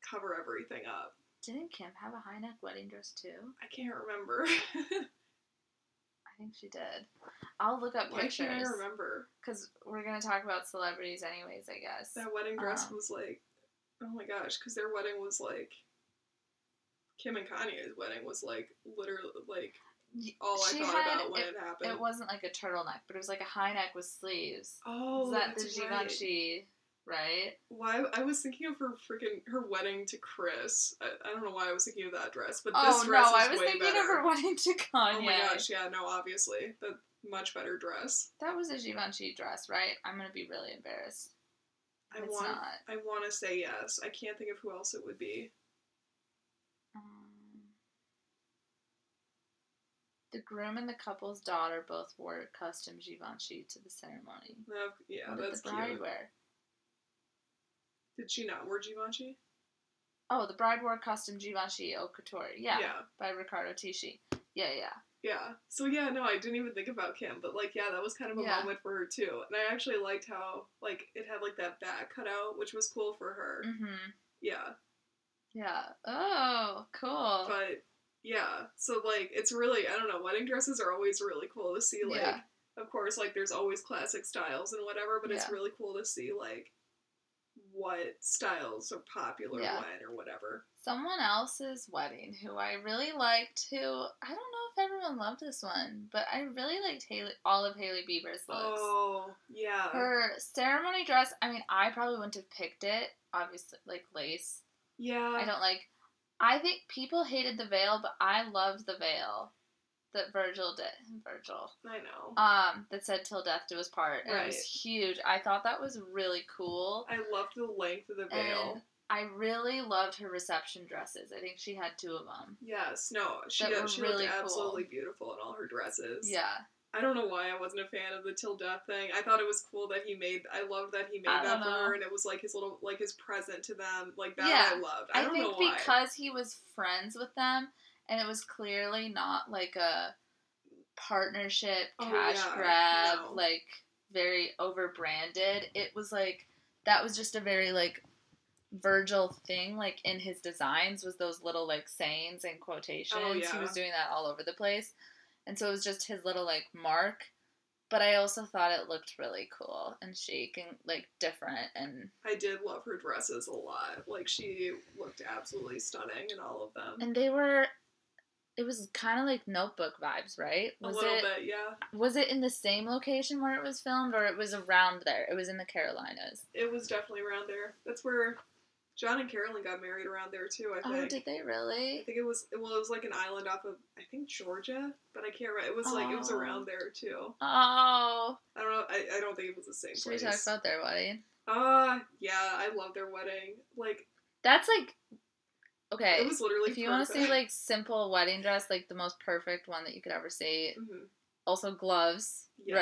Speaker 1: cover everything up.
Speaker 2: Didn't Kim have a high neck wedding dress too?
Speaker 1: I can't remember.
Speaker 2: I think she did. I'll look up
Speaker 1: Why can't I
Speaker 2: pictures
Speaker 1: remember?
Speaker 2: because we're gonna talk about celebrities anyways. I guess.
Speaker 1: That wedding dress
Speaker 2: Um,
Speaker 1: was like, oh my gosh, because their wedding was like, Kim and Kanye's wedding was like literally like
Speaker 2: Y-
Speaker 1: all I
Speaker 2: she
Speaker 1: thought
Speaker 2: had-
Speaker 1: about when it, happened.
Speaker 2: It wasn't like a turtleneck, but it was like a high neck with sleeves.
Speaker 1: oh,
Speaker 2: Is that the
Speaker 1: that's right.
Speaker 2: Givenchy, right?
Speaker 1: Why I was thinking of her freaking her wedding to Chris. I, I don't know why I was thinking of that dress, but this
Speaker 2: Oh no,
Speaker 1: dress is
Speaker 2: I was
Speaker 1: way
Speaker 2: thinking
Speaker 1: better.
Speaker 2: of her wedding to Kanye.
Speaker 1: oh my gosh, yeah, no, obviously that much better dress.
Speaker 2: That was a Givenchy dress, right? I'm gonna be really embarrassed.
Speaker 1: I
Speaker 2: it's
Speaker 1: want.
Speaker 2: not.
Speaker 1: I want to say yes. I can't think of who else it would be.
Speaker 2: Um, the groom and the couple's daughter both wore custom Givenchy to the ceremony.
Speaker 1: No, yeah,
Speaker 2: what did
Speaker 1: that's
Speaker 2: the bride
Speaker 1: cute.
Speaker 2: wear?
Speaker 1: Did she not wear Givenchy?
Speaker 2: Oh, the bride wore custom Givenchy Haute Couture. Yeah,
Speaker 1: yeah.
Speaker 2: by Riccardo Tisci. Yeah, yeah.
Speaker 1: Yeah. So yeah, no, I didn't even think about Kim, but like yeah, that was kind of a
Speaker 2: Yeah.
Speaker 1: moment for her too. And I actually liked how like it had like that back cut out, which was cool for her.
Speaker 2: Mhm.
Speaker 1: Yeah.
Speaker 2: Yeah. Oh, cool.
Speaker 1: But yeah, so like it's really I don't know, wedding dresses are always really cool to see like
Speaker 2: Yeah.
Speaker 1: of course like there's always classic styles and whatever, but it's
Speaker 2: Yeah.
Speaker 1: really cool to see like what styles are popular
Speaker 2: Yeah.
Speaker 1: when or whatever.
Speaker 2: Someone else's wedding who I really liked. Who I don't know if everyone loved this one, but I really liked Haley, all of Haley Bieber's looks.
Speaker 1: Oh, yeah.
Speaker 2: Her ceremony dress, I mean, I probably wouldn't have picked it, obviously, like lace. I
Speaker 1: yeah.
Speaker 2: don't like, I think people hated the veil, but I loved the veil that Virgil did. Virgil.
Speaker 1: I, know.
Speaker 2: Um, that said, Till Death Do Us Part. And it was
Speaker 1: Right.
Speaker 2: huge. I thought that was really cool.
Speaker 1: I loved the length of the veil.
Speaker 2: And I really loved her reception dresses. I think she had two of them.
Speaker 1: Yes, no, she
Speaker 2: That
Speaker 1: did-
Speaker 2: were
Speaker 1: she
Speaker 2: really
Speaker 1: looked
Speaker 2: cool.
Speaker 1: absolutely beautiful in all her dresses.
Speaker 2: Yeah.
Speaker 1: I don't know why I wasn't a fan of the till death thing. I thought it was cool that he made. I loved that he made
Speaker 2: I
Speaker 1: that
Speaker 2: don't
Speaker 1: for
Speaker 2: know.
Speaker 1: her, and it was like his little like his present to them. Like that, I
Speaker 2: Yeah,
Speaker 1: loved. I,
Speaker 2: I,
Speaker 1: don't
Speaker 2: think
Speaker 1: know why.
Speaker 2: because he was friends with them and it was clearly not like a partnership
Speaker 1: Oh,
Speaker 2: cash
Speaker 1: yeah,
Speaker 2: grab,
Speaker 1: no.
Speaker 2: like very over branded. It was like that was just a very like Virgil thing, like in his designs was those little like sayings and quotations. He
Speaker 1: Oh, yeah.
Speaker 2: was doing that all over the place. And so it was just his little like mark. But I also thought it looked really cool and chic and like different and
Speaker 1: I did love her dresses a lot. Like she looked absolutely stunning in all of them.
Speaker 2: And they were it was kind of like notebook vibes, right?
Speaker 1: a
Speaker 2: Was
Speaker 1: little
Speaker 2: it
Speaker 1: bit, yeah.
Speaker 2: was it in the same location where it was filmed or it was around there? It was in the Carolinas.
Speaker 1: It was definitely around there. That's where John and Carolyn got married around there too. I think.
Speaker 2: Oh, did they
Speaker 1: I
Speaker 2: really?
Speaker 1: think it was well, it was like an island off of I think Georgia, but I can't remember. It was like it was
Speaker 2: Oh.
Speaker 1: around there too.
Speaker 2: Oh.
Speaker 1: I don't know. I, I don't think it was the same
Speaker 2: Should we
Speaker 1: place.
Speaker 2: talk about their wedding?
Speaker 1: Ah, yeah, I love their wedding. Like
Speaker 2: That's like okay.
Speaker 1: it was literally.
Speaker 2: If you want to see
Speaker 1: perfect.
Speaker 2: like simple wedding dress, like the most perfect one that you could ever see.
Speaker 1: Mhm.
Speaker 2: Also gloves,
Speaker 1: Yes.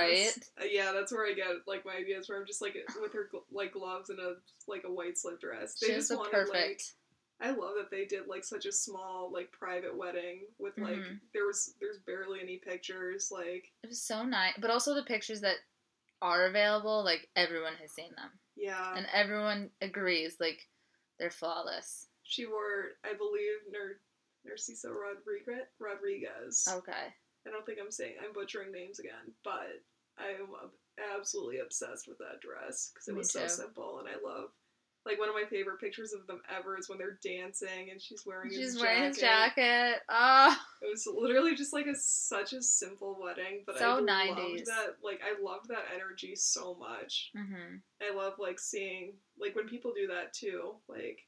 Speaker 2: right?
Speaker 1: Uh, yeah, that's where I get like my ideas from. Just like with her gl- like gloves and a like a white slip dress. They
Speaker 2: She was
Speaker 1: just
Speaker 2: the
Speaker 1: wanted like.
Speaker 2: perfect.
Speaker 1: I love that they did like such a small like private wedding with like
Speaker 2: Mhm.
Speaker 1: there was there's barely any pictures like
Speaker 2: It was so nice, but also the pictures that are available, like everyone has seen them.
Speaker 1: yeah
Speaker 2: and everyone agrees like They're flawless.
Speaker 1: She wore, I believe, Ner- Narcisa Rodriguez. Rodriguez.
Speaker 2: Okay.
Speaker 1: I don't think I'm saying I'm butchering names again, but I'm ob- absolutely obsessed with that dress because it
Speaker 2: Me
Speaker 1: was
Speaker 2: too.
Speaker 1: so simple, and I love. Like one of my favorite pictures of them ever is when they're dancing and she's wearing his
Speaker 2: She's
Speaker 1: jacket.
Speaker 2: wearing his jacket. Oh,
Speaker 1: It was literally just like a such a simple wedding, but
Speaker 2: So
Speaker 1: I loved
Speaker 2: 90s.
Speaker 1: that. Like I loved that energy so much.
Speaker 2: mm-hmm.
Speaker 1: I love like seeing like when people do that too, like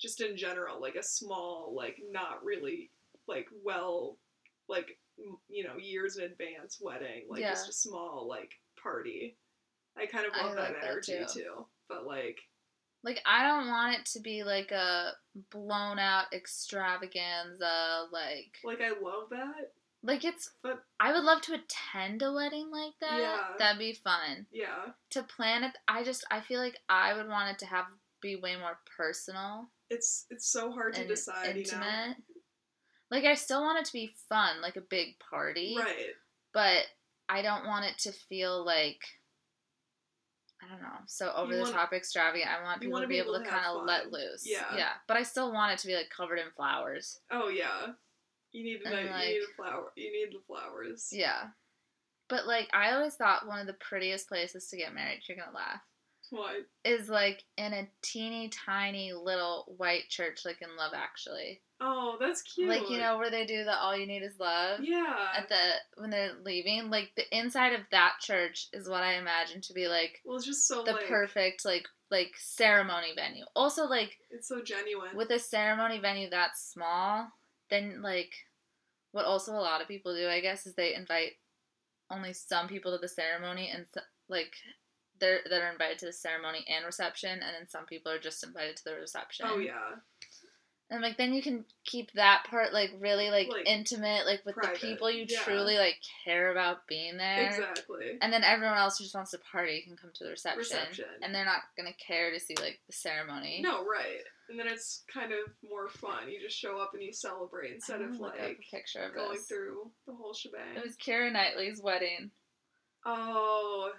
Speaker 1: just in general, like a small, like not really like well, like m- you know years in advance wedding, like
Speaker 2: Yeah.
Speaker 1: just a small like party. I kind of
Speaker 2: I
Speaker 1: love that
Speaker 2: like that,
Speaker 1: energy
Speaker 2: too.
Speaker 1: too, but like
Speaker 2: like I don't want it to be like a blown out extravaganza. Like,
Speaker 1: like I love that.
Speaker 2: like it's.
Speaker 1: But-
Speaker 2: I would love to attend a wedding like that.
Speaker 1: Yeah.
Speaker 2: That'd be fun.
Speaker 1: Yeah,
Speaker 2: To plan it, I just I feel like I would want it to have be way more personal.
Speaker 1: it's it's so hard to
Speaker 2: and
Speaker 1: decide, you
Speaker 2: intimate. Like I still want it to be fun, like a big party,
Speaker 1: know. Right.
Speaker 2: but I don't want it to feel like I don't know, so over the
Speaker 1: want-
Speaker 2: top extravagant. I want
Speaker 1: you
Speaker 2: people
Speaker 1: wanna
Speaker 2: to be able to,
Speaker 1: have
Speaker 2: kind of let
Speaker 1: fun.
Speaker 2: loose.
Speaker 1: Yeah.
Speaker 2: yeah, but I still want it to be like covered in flowers.
Speaker 1: Oh yeah. You need the
Speaker 2: And,
Speaker 1: night- you need
Speaker 2: like-
Speaker 1: the flower. You need the flowers.
Speaker 2: Yeah, but like I always thought, one of the prettiest places to get married, you're gonna laugh,
Speaker 1: Why?
Speaker 2: is like in a teeny tiny little white church, like in Love Actually,
Speaker 1: Oh, that's cute.
Speaker 2: like you know where they do the all you need is love.
Speaker 1: Yeah.
Speaker 2: at the when they're leaving like the inside of that church is what i imagine to be like
Speaker 1: Well, it's just so
Speaker 2: the
Speaker 1: like
Speaker 2: perfect like like ceremony venue also like
Speaker 1: it's so genuine.
Speaker 2: with a ceremony venue that small then like what also a lot of people do i guess is they invite only some people to the ceremony and so, like they're that are invited to the ceremony and reception and then some people are just invited to the reception
Speaker 1: oh yeah,
Speaker 2: and like then you can keep that part like really like,
Speaker 1: Like,
Speaker 2: intimate, like with
Speaker 1: private,
Speaker 2: the people you
Speaker 1: yeah.
Speaker 2: truly like care about being there.
Speaker 1: exactly.
Speaker 2: And then everyone else who just wants to party can come to the reception.
Speaker 1: Reception.
Speaker 2: And they're not gonna care to see like the ceremony.
Speaker 1: No, right. And then it's kind of more fun. You just show up and you celebrate
Speaker 2: I
Speaker 1: instead of
Speaker 2: wanna Oh, look up
Speaker 1: like
Speaker 2: a picture of
Speaker 1: going
Speaker 2: this.
Speaker 1: through the whole shebang.
Speaker 2: It was Kira Knightley's wedding.
Speaker 1: oh,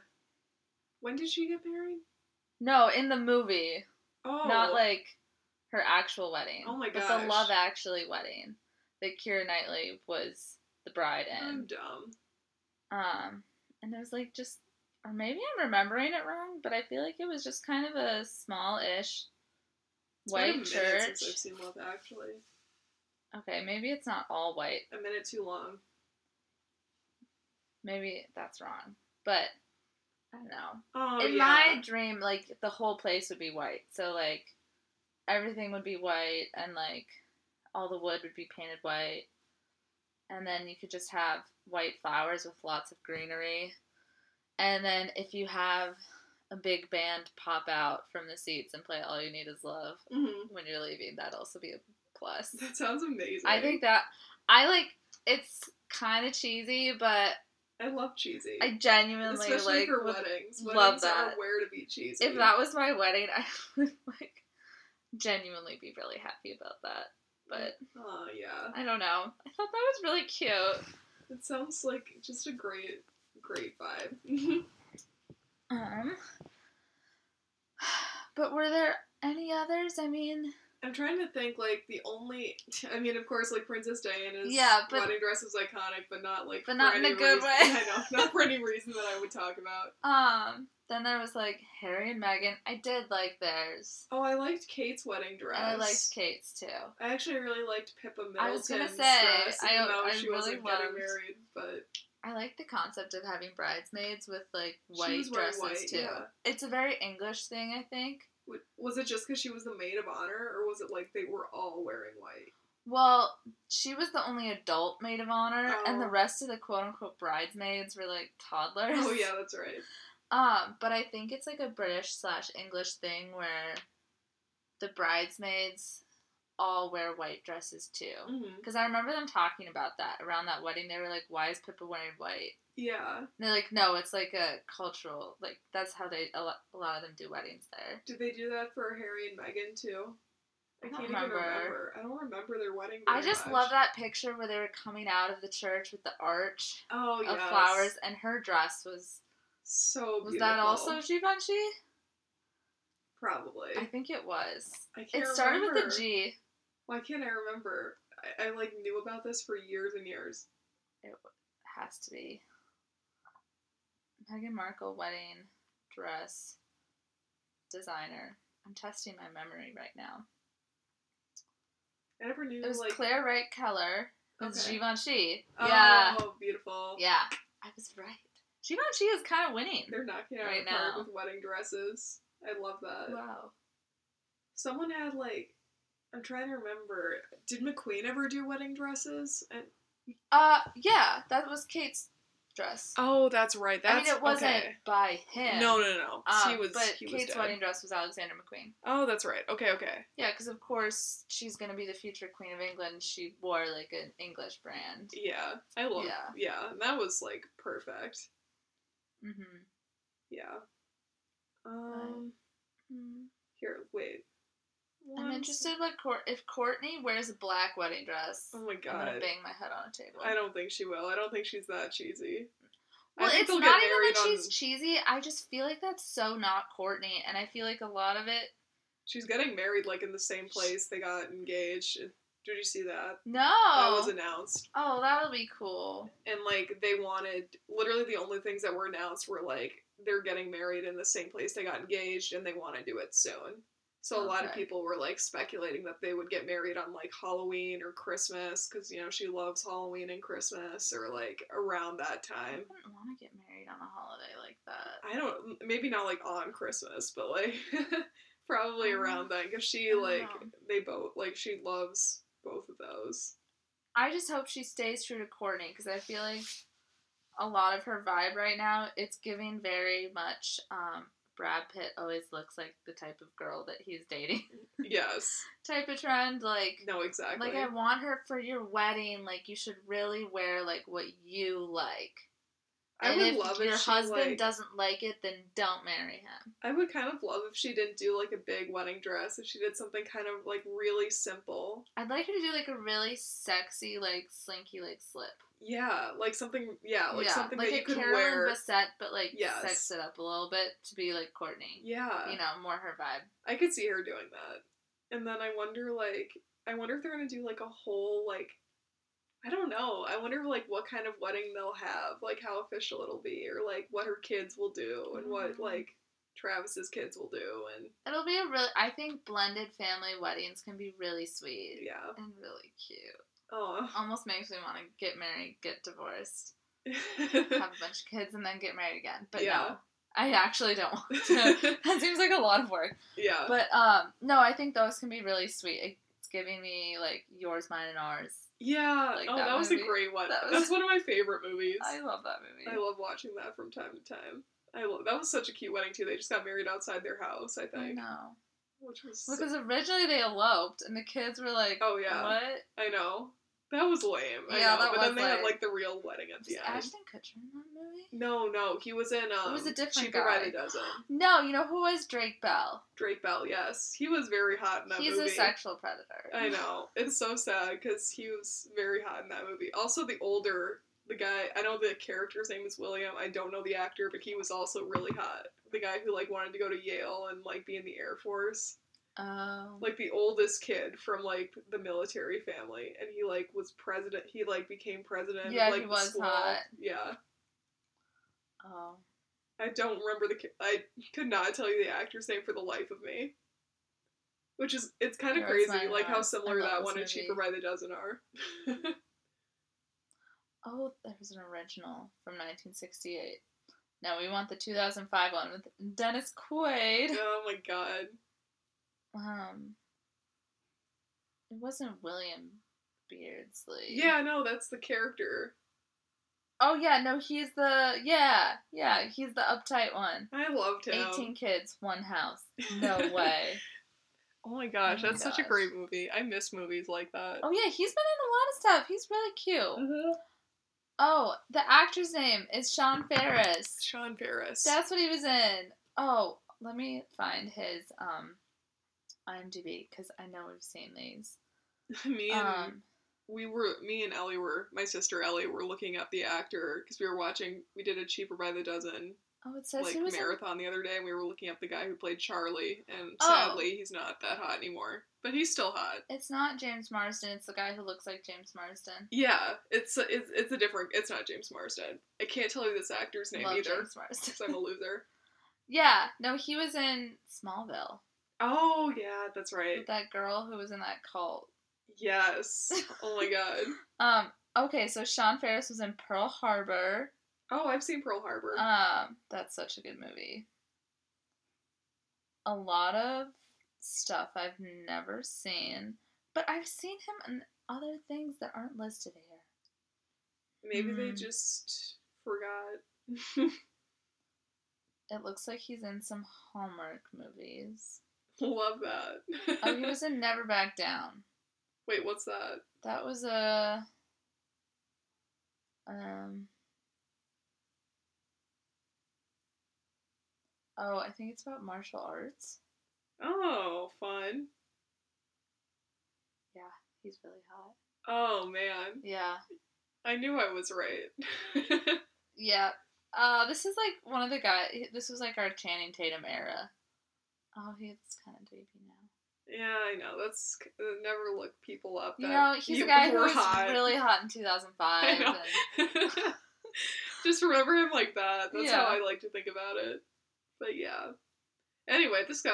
Speaker 1: when did she get married?
Speaker 2: No, in the movie,
Speaker 1: Oh,
Speaker 2: not like her actual wedding.
Speaker 1: Oh my
Speaker 2: But the
Speaker 1: gosh.
Speaker 2: Love Actually wedding that Kira Knightley was the bride in.
Speaker 1: I'm dumb.
Speaker 2: Um, and it was like just, or maybe I'm remembering it wrong, but I feel like it was just kind of a small-ish
Speaker 1: It's been a
Speaker 2: white
Speaker 1: minute
Speaker 2: church.
Speaker 1: Since I've seen Love Actually.
Speaker 2: Okay, maybe it's not all white.
Speaker 1: A minute too long.
Speaker 2: Maybe that's wrong, but I don't know.
Speaker 1: Oh
Speaker 2: In
Speaker 1: yeah.
Speaker 2: my dream, like the whole place would be white, so like everything would be white, and like all the wood would be painted white, and then you could just have white flowers with lots of greenery. And then if you have a big band pop out from the seats and play All You Need Is Love
Speaker 1: Mhm.
Speaker 2: when you're leaving, that'd also be a plus.
Speaker 1: That sounds amazing.
Speaker 2: I think that I like it's kind of cheesy, but
Speaker 1: I love cheesy.
Speaker 2: I genuinely
Speaker 1: Especially
Speaker 2: like
Speaker 1: for
Speaker 2: would-
Speaker 1: weddings.
Speaker 2: love
Speaker 1: weddings are
Speaker 2: that.
Speaker 1: where to be cheesy.
Speaker 2: if that was my wedding, I would like genuinely be really happy about that. But
Speaker 1: Oh yeah.
Speaker 2: I don't know. I thought that was really cute.
Speaker 1: It sounds like just a great, great vibe.
Speaker 2: Um, but were there any others? I mean,
Speaker 1: I'm trying to think, like, the only. I mean, of course, like, Princess Diana's
Speaker 2: Yeah, but-
Speaker 1: wedding dress is iconic, but not, like,
Speaker 2: But
Speaker 1: for
Speaker 2: not in
Speaker 1: any
Speaker 2: a good
Speaker 1: reason-
Speaker 2: way.
Speaker 1: I know, not for any reason that I would talk about.
Speaker 2: um, then there was like Harry and Meghan. I did like theirs,
Speaker 1: Oh, I liked Kate's wedding dress.
Speaker 2: and I liked Kate's too.
Speaker 1: I actually really liked Pippa Middleton's
Speaker 2: I was gonna say,
Speaker 1: dress,
Speaker 2: I-
Speaker 1: even though
Speaker 2: I
Speaker 1: she
Speaker 2: really
Speaker 1: wasn't
Speaker 2: loved-
Speaker 1: getting married, but
Speaker 2: I like the concept of having bridesmaids with like
Speaker 1: she
Speaker 2: white
Speaker 1: was wearing
Speaker 2: dresses
Speaker 1: white,
Speaker 2: too.
Speaker 1: yeah.
Speaker 2: It's a very English thing, I think.
Speaker 1: W- Was it just because she was the maid of honor, or was it, like, they were all wearing white?
Speaker 2: Well, she was the only adult maid of honor, and the
Speaker 1: Oh.
Speaker 2: rest of the quote unquote bridesmaids were like toddlers.
Speaker 1: Oh, yeah, that's right.
Speaker 2: Um, but I think it's like a British slash English thing where the bridesmaids all wear white dresses too.
Speaker 1: hmm
Speaker 2: Because I remember them talking about that around that wedding. They were like, "Why is Pippa wearing white?"
Speaker 1: Yeah.
Speaker 2: And they're like, "No, it's like a cultural like that's how they a lot, a lot of them do weddings there."
Speaker 1: Did they do that for Harry and Meghan too? I,
Speaker 2: I
Speaker 1: can't
Speaker 2: don't
Speaker 1: even
Speaker 2: remember.
Speaker 1: remember. I don't remember their wedding.
Speaker 2: I
Speaker 1: very
Speaker 2: just
Speaker 1: much.
Speaker 2: love that picture where they were coming out of the church with the arch
Speaker 1: Oh
Speaker 2: of
Speaker 1: yes.
Speaker 2: flowers, and her dress was
Speaker 1: So beautiful.
Speaker 2: was that also Givenchy?
Speaker 1: Probably.
Speaker 2: I think it was.
Speaker 1: I can't
Speaker 2: It started
Speaker 1: remember.
Speaker 2: with a G.
Speaker 1: Why can't I remember? I, I like knew about this for years and years.
Speaker 2: Has to be. Meghan Markle wedding dress designer. I'm testing my memory right now.
Speaker 1: I never knew
Speaker 2: It was
Speaker 1: like
Speaker 2: Claire Wright Keller. It was
Speaker 1: Okay.
Speaker 2: Givenchy.
Speaker 1: oh
Speaker 2: Yeah.
Speaker 1: beautiful.
Speaker 2: Yeah. I was right. Givenchy is kind of winning.
Speaker 1: They're knocking it out
Speaker 2: Right
Speaker 1: of the park
Speaker 2: now.
Speaker 1: with wedding dresses. I love that.
Speaker 2: Wow.
Speaker 1: Someone had like I'm trying to remember. Did McQueen ever do wedding dresses? And
Speaker 2: Uh, yeah, that was Kate's dress.
Speaker 1: oh, that's right.
Speaker 2: I mean, it wasn't by him.
Speaker 1: No, no, no.
Speaker 2: Um,
Speaker 1: he was.
Speaker 2: but
Speaker 1: he was
Speaker 2: Kate's
Speaker 1: dead.
Speaker 2: wedding dress was Alexander McQueen.
Speaker 1: Oh, that's right. Okay, okay.
Speaker 2: Yeah, because of course she's gonna be the future queen of England. She wore like an English brand.
Speaker 1: Yeah, I love. Yeah,
Speaker 2: Yeah.
Speaker 1: yeah. That was like perfect.
Speaker 2: Mm-hmm.
Speaker 1: Yeah. Um. Here, wait.
Speaker 2: I'm
Speaker 1: One
Speaker 2: interested, like, Cour- if Courtney wears a black wedding dress,
Speaker 1: Oh my
Speaker 2: I'm gonna
Speaker 1: god.
Speaker 2: bang my head on a table.
Speaker 1: I don't think she will. I don't think she's that cheesy. I
Speaker 2: Well,
Speaker 1: think
Speaker 2: it's
Speaker 1: they'll
Speaker 2: not even
Speaker 1: get married
Speaker 2: that
Speaker 1: on-
Speaker 2: she's cheesy. I just feel like that's so not Courtney, and I feel like a lot of it.
Speaker 1: She's getting married like in the same place they got engaged. Did you see that?
Speaker 2: No.
Speaker 1: That was announced.
Speaker 2: oh, that'll be cool.
Speaker 1: And like they wanted literally the only things that were announced were like they're getting married in the same place they got engaged and they want to do it soon. So a lot of
Speaker 2: Okay.
Speaker 1: people were like speculating that they would get married on like Halloween or Christmas cuz you know she loves Halloween and Christmas or like around that
Speaker 2: I
Speaker 1: time.
Speaker 2: wouldn't want to get married on a holiday like that.
Speaker 1: I don't maybe not like on Christmas, but like probably
Speaker 2: Um,
Speaker 1: around then because she
Speaker 2: I don't
Speaker 1: like
Speaker 2: know.
Speaker 1: they both like she loves both of those.
Speaker 2: I just hope she stays true to Courtney because I feel like a lot of her vibe right now it's giving very much. Um, Brad Pitt always looks like the type of girl that he's dating.
Speaker 1: Yes.
Speaker 2: type of trend, like
Speaker 1: No, exactly.
Speaker 2: like I want her for your wedding. Like you should really wear like what you like.
Speaker 1: I
Speaker 2: and
Speaker 1: would
Speaker 2: if
Speaker 1: love
Speaker 2: your
Speaker 1: if she,
Speaker 2: husband
Speaker 1: like-
Speaker 2: doesn't like it, then don't marry him.
Speaker 1: I would kind of love if she didn't do like a big wedding dress, if she did something kind of like really simple.
Speaker 2: I'd like her to do like a really sexy, like slinky, like slip.
Speaker 1: Yeah, like something yeah, like something that you could
Speaker 2: Carolyn
Speaker 1: wear.
Speaker 2: Bessette, but like
Speaker 1: Yes.
Speaker 2: sex it up a little bit to be like Courtney.
Speaker 1: yeah.
Speaker 2: You know, more her vibe.
Speaker 1: I could see her doing that. And then I wonder like I wonder if they're gonna do like a whole like I don't know. I wonder like what kind of wedding they'll have, like how official it'll be, or like what her kids will do and what
Speaker 2: Mm.
Speaker 1: like Travis's kids will do and
Speaker 2: It'll be a really. I think blended family weddings can be really sweet
Speaker 1: yeah.
Speaker 2: and really cute.
Speaker 1: Oh
Speaker 2: Almost makes me want to get married, get divorced, have a bunch of kids, and then get married again. But
Speaker 1: Yeah.
Speaker 2: no, I actually don't want to. that seems like a lot of work.
Speaker 1: Yeah.
Speaker 2: But um, no, I think those can be really sweet. It's giving me like yours, mine, and ours.
Speaker 1: yeah.
Speaker 2: like
Speaker 1: oh that,
Speaker 2: that
Speaker 1: was a
Speaker 2: movie.
Speaker 1: great one.
Speaker 2: That was-
Speaker 1: That's one of my favorite movies.
Speaker 2: I love that movie.
Speaker 1: I love watching that from time to time. I love that was such a cute wedding too. They just got married outside their house, I
Speaker 2: I
Speaker 1: think,
Speaker 2: know.
Speaker 1: which was so-
Speaker 2: Because originally they eloped, and the kids were like,
Speaker 1: Oh, yeah.
Speaker 2: what?"
Speaker 1: I know that was lame. I
Speaker 2: Yeah,
Speaker 1: know.
Speaker 2: that
Speaker 1: but then
Speaker 2: was
Speaker 1: they had
Speaker 2: lame.
Speaker 1: like the real wedding at
Speaker 2: Was
Speaker 1: the end.
Speaker 2: Ashton Kutcher in that movie?
Speaker 1: No, no, he was in. Um,
Speaker 2: was a different
Speaker 1: Cheaper by
Speaker 2: guy.
Speaker 1: the Dozen.
Speaker 2: No, you know who was Drake Bell?
Speaker 1: Drake Bell. Yes, he was very hot in that
Speaker 2: He's
Speaker 1: movie.
Speaker 2: a sexual predator.
Speaker 1: I know. It's so sad because he was very hot in that movie. Also, the older the guy, I know the character's name is William. I don't know the actor, but he was also really hot. The guy who like wanted to go to Yale and like be in the Air Force.
Speaker 2: Um,
Speaker 1: like the oldest kid from like the military family and he like was president he like became president of,
Speaker 2: Yeah,
Speaker 1: like
Speaker 2: he
Speaker 1: the
Speaker 2: was
Speaker 1: school.
Speaker 2: hot.
Speaker 1: yeah
Speaker 2: oh,
Speaker 1: i don't remember the ki- i could not tell you the actor's name for the life of me which is it's kind of
Speaker 2: Yours,
Speaker 1: crazy
Speaker 2: mine,
Speaker 1: like how
Speaker 2: ours. uh, I
Speaker 1: similar
Speaker 2: love
Speaker 1: that
Speaker 2: this
Speaker 1: one and
Speaker 2: movie.
Speaker 1: cheaper by the dozen are
Speaker 2: oh, there was an original from 1968. No, we want the 2005 one with Dennis Quaid.
Speaker 1: oh my god
Speaker 2: Um, it wasn't William Beardsley.
Speaker 1: yeah no that's the character
Speaker 2: Oh yeah, no, he's the yeah yeah he's the uptight one.
Speaker 1: i loved him
Speaker 2: Eighteen kids, one house. No way.
Speaker 1: oh my gosh
Speaker 2: Oh my
Speaker 1: that's such a
Speaker 2: gosh.
Speaker 1: great movie i miss movies like that
Speaker 2: Oh yeah, he's been in a lot of stuff. He's really cute.
Speaker 1: Mhm.
Speaker 2: Oh, the actor's name is Sean Ferris.
Speaker 1: sean ferris
Speaker 2: That's what he was in. Oh, let me find his um IMDb because I know we've seen these.
Speaker 1: me and
Speaker 2: Um,
Speaker 1: we were me and Ellie were my sister Ellie were looking up the actor because we were watching we did a cheaper by the dozen
Speaker 2: Oh, it says
Speaker 1: like
Speaker 2: he was. in-
Speaker 1: marathon the other day, and we were looking up the guy who played Charlie, and
Speaker 2: Oh.
Speaker 1: sadly he's not that hot anymore, but he's still hot.
Speaker 2: it's not James Marsden. It's the guy who looks like James Marsden.
Speaker 1: Yeah, it's it's it's a different. It's not James Marsden. I can't tell you this actor's name
Speaker 2: Love
Speaker 1: either
Speaker 2: James Marsden.
Speaker 1: because I'm a loser.
Speaker 2: yeah, no, he was in Smallville
Speaker 1: Oh yeah, that's right.
Speaker 2: with that girl who was in that cult.
Speaker 1: Yes. Oh my god.
Speaker 2: Um. Okay, so Sean Ferris was in Pearl Harbor.
Speaker 1: Oh, I've seen Pearl Harbor.
Speaker 2: Um, that's such a good movie. A lot of stuff I've never seen, but I've seen him in other things that aren't listed here.
Speaker 1: Maybe they
Speaker 2: mm.
Speaker 1: just forgot.
Speaker 2: It looks like he's in some Hallmark movies.
Speaker 1: Love that.
Speaker 2: Oh, he was in Never Back Down.
Speaker 1: Wait, what's that?
Speaker 2: That was a um Oh, I think it's about martial arts.
Speaker 1: Oh, fun.
Speaker 2: He's really hot.
Speaker 1: Oh man,
Speaker 2: Yeah.
Speaker 1: I knew I was right.
Speaker 2: Yeah. Uh this is like one of the guy this was like our Channing Tatum era. Oh, he's kind of creepy now.
Speaker 1: yeah, I know. That's uh, never look people up.
Speaker 2: You
Speaker 1: that
Speaker 2: know, he's
Speaker 1: you
Speaker 2: a guy who
Speaker 1: were
Speaker 2: was
Speaker 1: hot.
Speaker 2: really hot in 2005.
Speaker 1: I know.
Speaker 2: And,
Speaker 1: Just remember him like that. That's how
Speaker 2: Yeah.
Speaker 1: I like to think about it. But yeah. Anyway, this got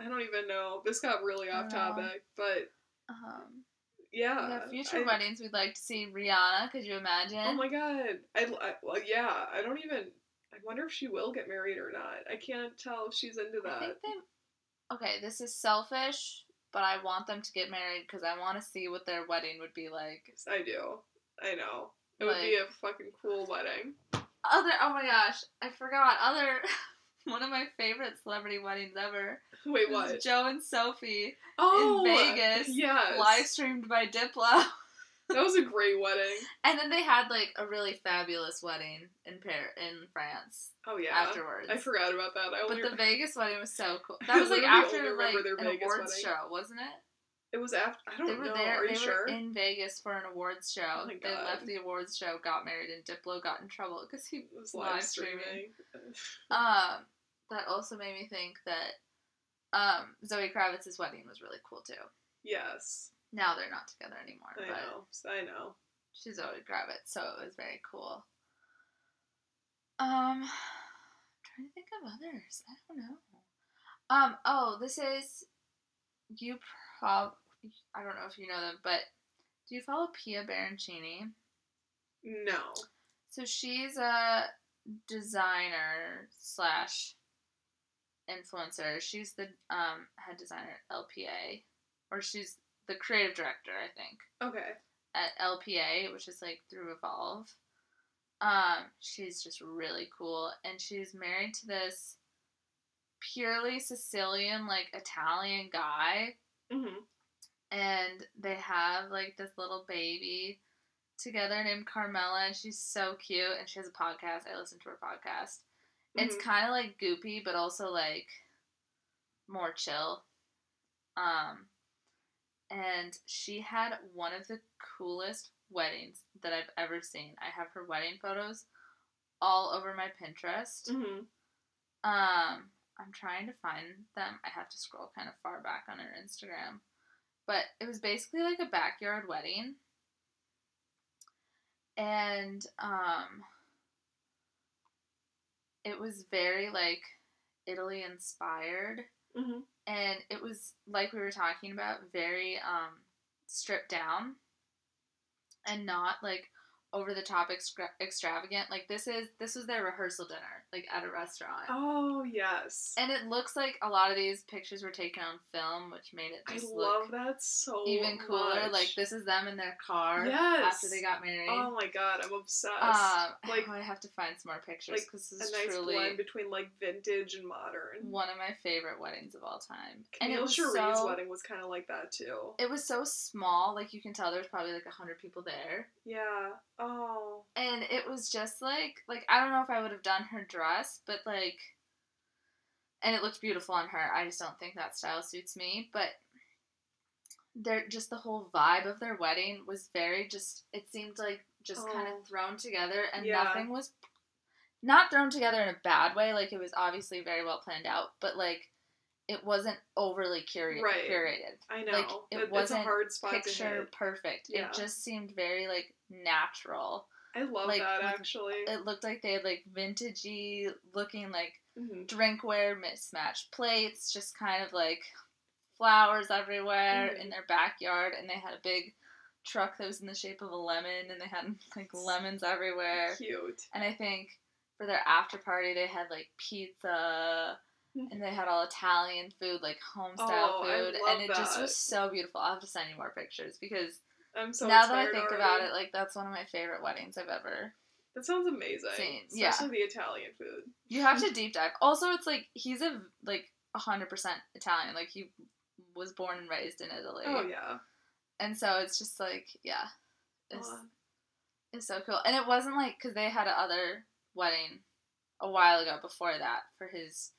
Speaker 1: I don't even know. This got really
Speaker 2: I
Speaker 1: off
Speaker 2: know.
Speaker 1: topic, but
Speaker 2: um,
Speaker 1: yeah.
Speaker 2: yeah, future
Speaker 1: Uh, I-
Speaker 2: weddings, we'd like to see Rihanna. Could you imagine?
Speaker 1: Oh my god. I, I- well, yeah. I don't even. I wonder if she will get married or not. I can't tell if she's into
Speaker 2: I
Speaker 1: that.
Speaker 2: think they. Okay, this is selfish, but I want them to get married because I want to see what their wedding would be like.
Speaker 1: I do. I know. It would be a fucking cool wedding.
Speaker 2: Other, oh my gosh, I forgot. Other, one of my favorite celebrity weddings ever.
Speaker 1: Wait,
Speaker 2: was
Speaker 1: what?
Speaker 2: Joe and Sophie,
Speaker 1: Oh,
Speaker 2: Vegas,
Speaker 1: Yes,
Speaker 2: live streamed by Diplo,
Speaker 1: that was a great wedding.
Speaker 2: and then they had like a really fabulous wedding in Paris, in France
Speaker 1: Oh yeah.
Speaker 2: afterwards.
Speaker 1: I forgot about that. I
Speaker 2: But
Speaker 1: only
Speaker 2: the Vegas wedding was so cool.
Speaker 1: I
Speaker 2: That was like
Speaker 1: literally only
Speaker 2: after like
Speaker 1: remember their
Speaker 2: an
Speaker 1: Vegas
Speaker 2: awards
Speaker 1: wedding.
Speaker 2: show, wasn't it?
Speaker 1: It was after. I don't
Speaker 2: They were
Speaker 1: know.
Speaker 2: there.
Speaker 1: Are
Speaker 2: they
Speaker 1: you sure?
Speaker 2: were in Vegas for an awards show.
Speaker 1: Oh my
Speaker 2: they
Speaker 1: God.
Speaker 2: left the awards show, got married, and Diplo got in trouble because he.
Speaker 1: it was
Speaker 2: live
Speaker 1: live,
Speaker 2: streaming.
Speaker 1: streaming.
Speaker 2: Um, that also made me think that um Zoe Kravitz's wedding was really cool too.
Speaker 1: yes,
Speaker 2: Now they're not together anymore,
Speaker 1: I
Speaker 2: but
Speaker 1: know. I know.
Speaker 2: she's Zoe Kravitz, so it was very cool. Um, trying to think of others. I don't know. Um. Oh, this is you. Prob. I don't know if you know them, but do you follow Pia Baroncini?
Speaker 1: No.
Speaker 2: So she's a designer slash influencer. She's the um, head designer at LPA, or she's the creative director, I think,
Speaker 1: Okay.
Speaker 2: at LPA, which is like through Evolve. Um, she's just really cool, and she's married to this purely Sicilian, like Italian guy
Speaker 1: hmm
Speaker 2: and they have like this little baby together named Carmela, and she's so cute, and she has a podcast. I listen to her podcast. It's kind of like goopy, but also like more chill. Um, and she had one of the coolest weddings that I've ever seen. I have her wedding photos all over my Pinterest.
Speaker 1: hmm
Speaker 2: Um, I'm trying to find them. I have to scroll kind of far back on her Instagram. But it was basically like a backyard wedding. And um it was very like Italy inspired
Speaker 1: hmm
Speaker 2: and it was like we were talking about very um stripped down and not like over the top extra- extravagant like this is this was their rehearsal dinner like at a restaurant
Speaker 1: Oh yes.
Speaker 2: and it looks like a lot of these pictures were taken on film, which made it
Speaker 1: I
Speaker 2: just
Speaker 1: love
Speaker 2: look
Speaker 1: that so
Speaker 2: even cooler.
Speaker 1: much.
Speaker 2: Like this is them in their car
Speaker 1: Yes.
Speaker 2: after they got married.
Speaker 1: Oh my god, I'm obsessed.
Speaker 2: um,
Speaker 1: like
Speaker 2: oh, I have to find some more pictures
Speaker 1: like,
Speaker 2: because
Speaker 1: a
Speaker 2: this is
Speaker 1: nice
Speaker 2: truly
Speaker 1: blend between like vintage and modern.
Speaker 2: one of my favorite weddings of all time. And
Speaker 1: Camille
Speaker 2: it was
Speaker 1: Cherie's
Speaker 2: so
Speaker 1: wedding was kind of like that too.
Speaker 2: it was so small. Like you can tell, there's probably like a hundred people there,
Speaker 1: yeah. Oh.
Speaker 2: and it was just like like I don't know if I would have done her dress, but like, and it looked beautiful on her. I just don't think that style suits me, but their just the whole vibe of their wedding was very just it seemed like just kind
Speaker 1: Oh.
Speaker 2: of thrown together and
Speaker 1: Yeah.
Speaker 2: nothing was not thrown together in a bad way. Like it was obviously very well planned out, but like it wasn't overly curi-
Speaker 1: Right.
Speaker 2: curated.
Speaker 1: I know.
Speaker 2: Like, it
Speaker 1: it's a
Speaker 2: wasn't
Speaker 1: hard spot to
Speaker 2: Picture
Speaker 1: hit.
Speaker 2: perfect.
Speaker 1: Yeah.
Speaker 2: It just seemed very like natural.
Speaker 1: I love
Speaker 2: like,
Speaker 1: that
Speaker 2: with-
Speaker 1: actually.
Speaker 2: It looked like they had like vintagey looking like
Speaker 1: Mhm.
Speaker 2: drinkware, mismatched plates, just kind of like flowers everywhere
Speaker 1: Mhm.
Speaker 2: in their backyard, and they had a big truck that was in the shape of a lemon, and they had like lemons everywhere.
Speaker 1: Cute.
Speaker 2: And I think for their after party, they had like pizza,
Speaker 1: Mhm.
Speaker 2: and they had all Italian food, like home style
Speaker 1: Oh, I
Speaker 2: food,
Speaker 1: love
Speaker 2: and it just
Speaker 1: that.
Speaker 2: was so beautiful. I'll have to send you more pictures because
Speaker 1: I'm so
Speaker 2: now that I
Speaker 1: inspired
Speaker 2: think
Speaker 1: already.
Speaker 2: about it, like that's one of my favorite weddings I've ever
Speaker 1: that sounds amazing.
Speaker 2: Same, yeah.
Speaker 1: Especially the Italian food.
Speaker 2: You have to deep dive. Also, it's like he's a like hundred percent Italian. Like he was born and raised in Italy.
Speaker 1: Oh yeah.
Speaker 2: And so it's just like yeah, it's,
Speaker 1: Aw.
Speaker 2: it's so cool. And it wasn't like because they had a other wedding a while ago before that for his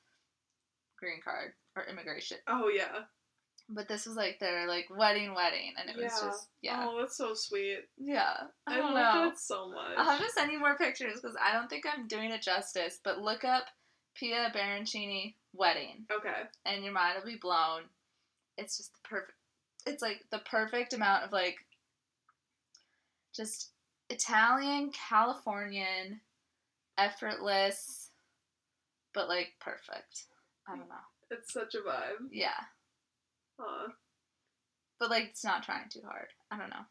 Speaker 2: green card or immigration.
Speaker 1: Oh yeah.
Speaker 2: But this was like their like wedding wedding, and it was
Speaker 1: Yeah.
Speaker 2: just yeah
Speaker 1: Oh, that's so sweet.
Speaker 2: yeah. I,
Speaker 1: I,
Speaker 2: don't
Speaker 1: love
Speaker 2: know.
Speaker 1: that so much.
Speaker 2: I'll have to send you more pictures because I don't think I'm doing it justice. But look up Pia Barancini wedding.
Speaker 1: okay.
Speaker 2: and your mind will be blown. It's just the perfect. It's like the perfect amount of like, just Italian, Californian, effortless, but like perfect. I don't know.
Speaker 1: It's such a vibe.
Speaker 2: Yeah,
Speaker 1: Huh.
Speaker 2: but like it's not trying too hard. I don't know.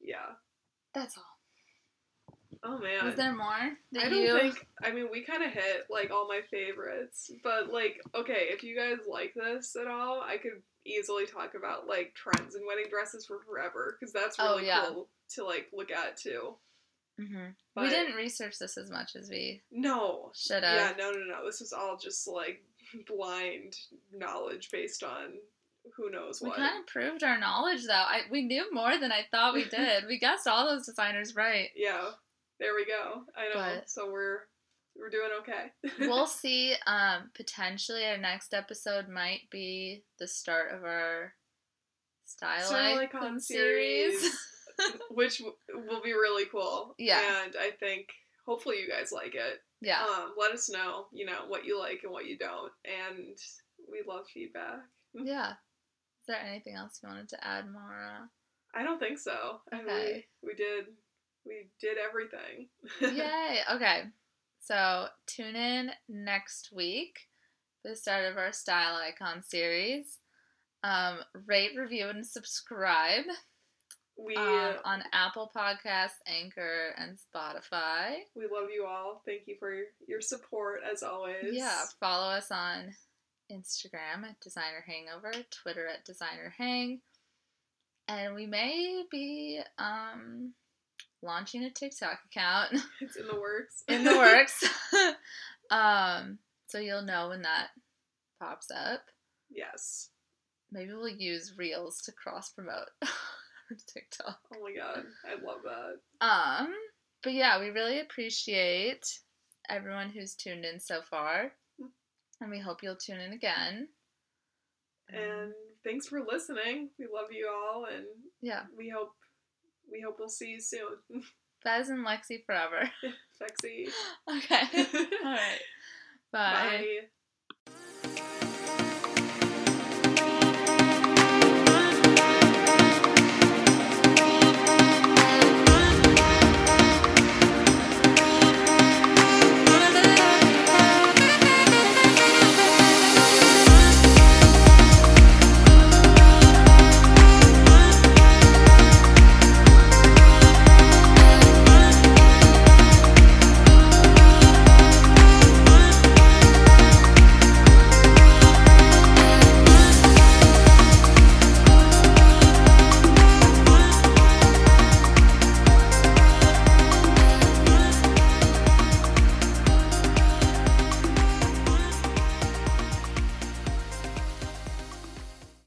Speaker 1: Yeah.
Speaker 2: That's all.
Speaker 1: Oh man.
Speaker 2: Was there more that
Speaker 1: I don't
Speaker 2: you?
Speaker 1: think. I mean, we kind of hit like all my favorites, but like, okay, if you guys like this at all, I could easily talk about like trends in wedding dresses for forever because that's
Speaker 2: Oh,
Speaker 1: really
Speaker 2: yeah.
Speaker 1: cool to like look at too.
Speaker 2: Mhm. we
Speaker 1: But-
Speaker 2: didn't uh, research this as much as we
Speaker 1: No.
Speaker 2: should
Speaker 1: Yeah.
Speaker 2: have.
Speaker 1: No. No. No. This is all just like blind knowledge based on who knows
Speaker 2: we
Speaker 1: what.
Speaker 2: kind of proved our knowledge though. I, we knew more than I thought we did. we guessed all those designers right.
Speaker 1: Yeah. There we go. I know.
Speaker 2: But-
Speaker 1: So we're we're doing okay.
Speaker 2: we'll see. Um, potentially our next episode might be the start of our style
Speaker 1: Stylicon
Speaker 2: icon series.
Speaker 1: series. which w- will be really cool.
Speaker 2: Yeah.
Speaker 1: And I think hopefully you guys like it.
Speaker 2: yeah,
Speaker 1: Um, let us know, you know, what you like and what you don't. And we love feedback.
Speaker 2: yeah. Is there anything else you wanted to add, Mara?
Speaker 1: I don't think so. I mean, we-
Speaker 2: Okay.
Speaker 1: we, did we did everything.
Speaker 2: Yay! Okay, so tune in next week for the start of our style icon series. Um, rate, review, and subscribe
Speaker 1: We uh,
Speaker 2: um, on Apple Podcasts, Anchor, and Spotify.
Speaker 1: we love you all. Thank you for your support as always.
Speaker 2: Yeah, follow us on Instagram at Designer Hangover, Twitter at Designer Hang, and we may be um, launching a TikTok account
Speaker 1: It's in the works.
Speaker 2: in the works. um, so you'll know when that pops up.
Speaker 1: yes.
Speaker 2: Maybe we'll use Reels to cross promote TikTok.
Speaker 1: Oh my god. I love that.
Speaker 2: Um, but yeah, we really appreciate everyone who's tuned in so far, and we hope you'll tune in again. Um,
Speaker 1: And thanks for listening. We love you all and
Speaker 2: yeah,
Speaker 1: we hope we hope we'll see you soon.
Speaker 2: Fez and Lexi forever.
Speaker 1: Sexy.
Speaker 2: okay. All right. Bye.
Speaker 1: Bye.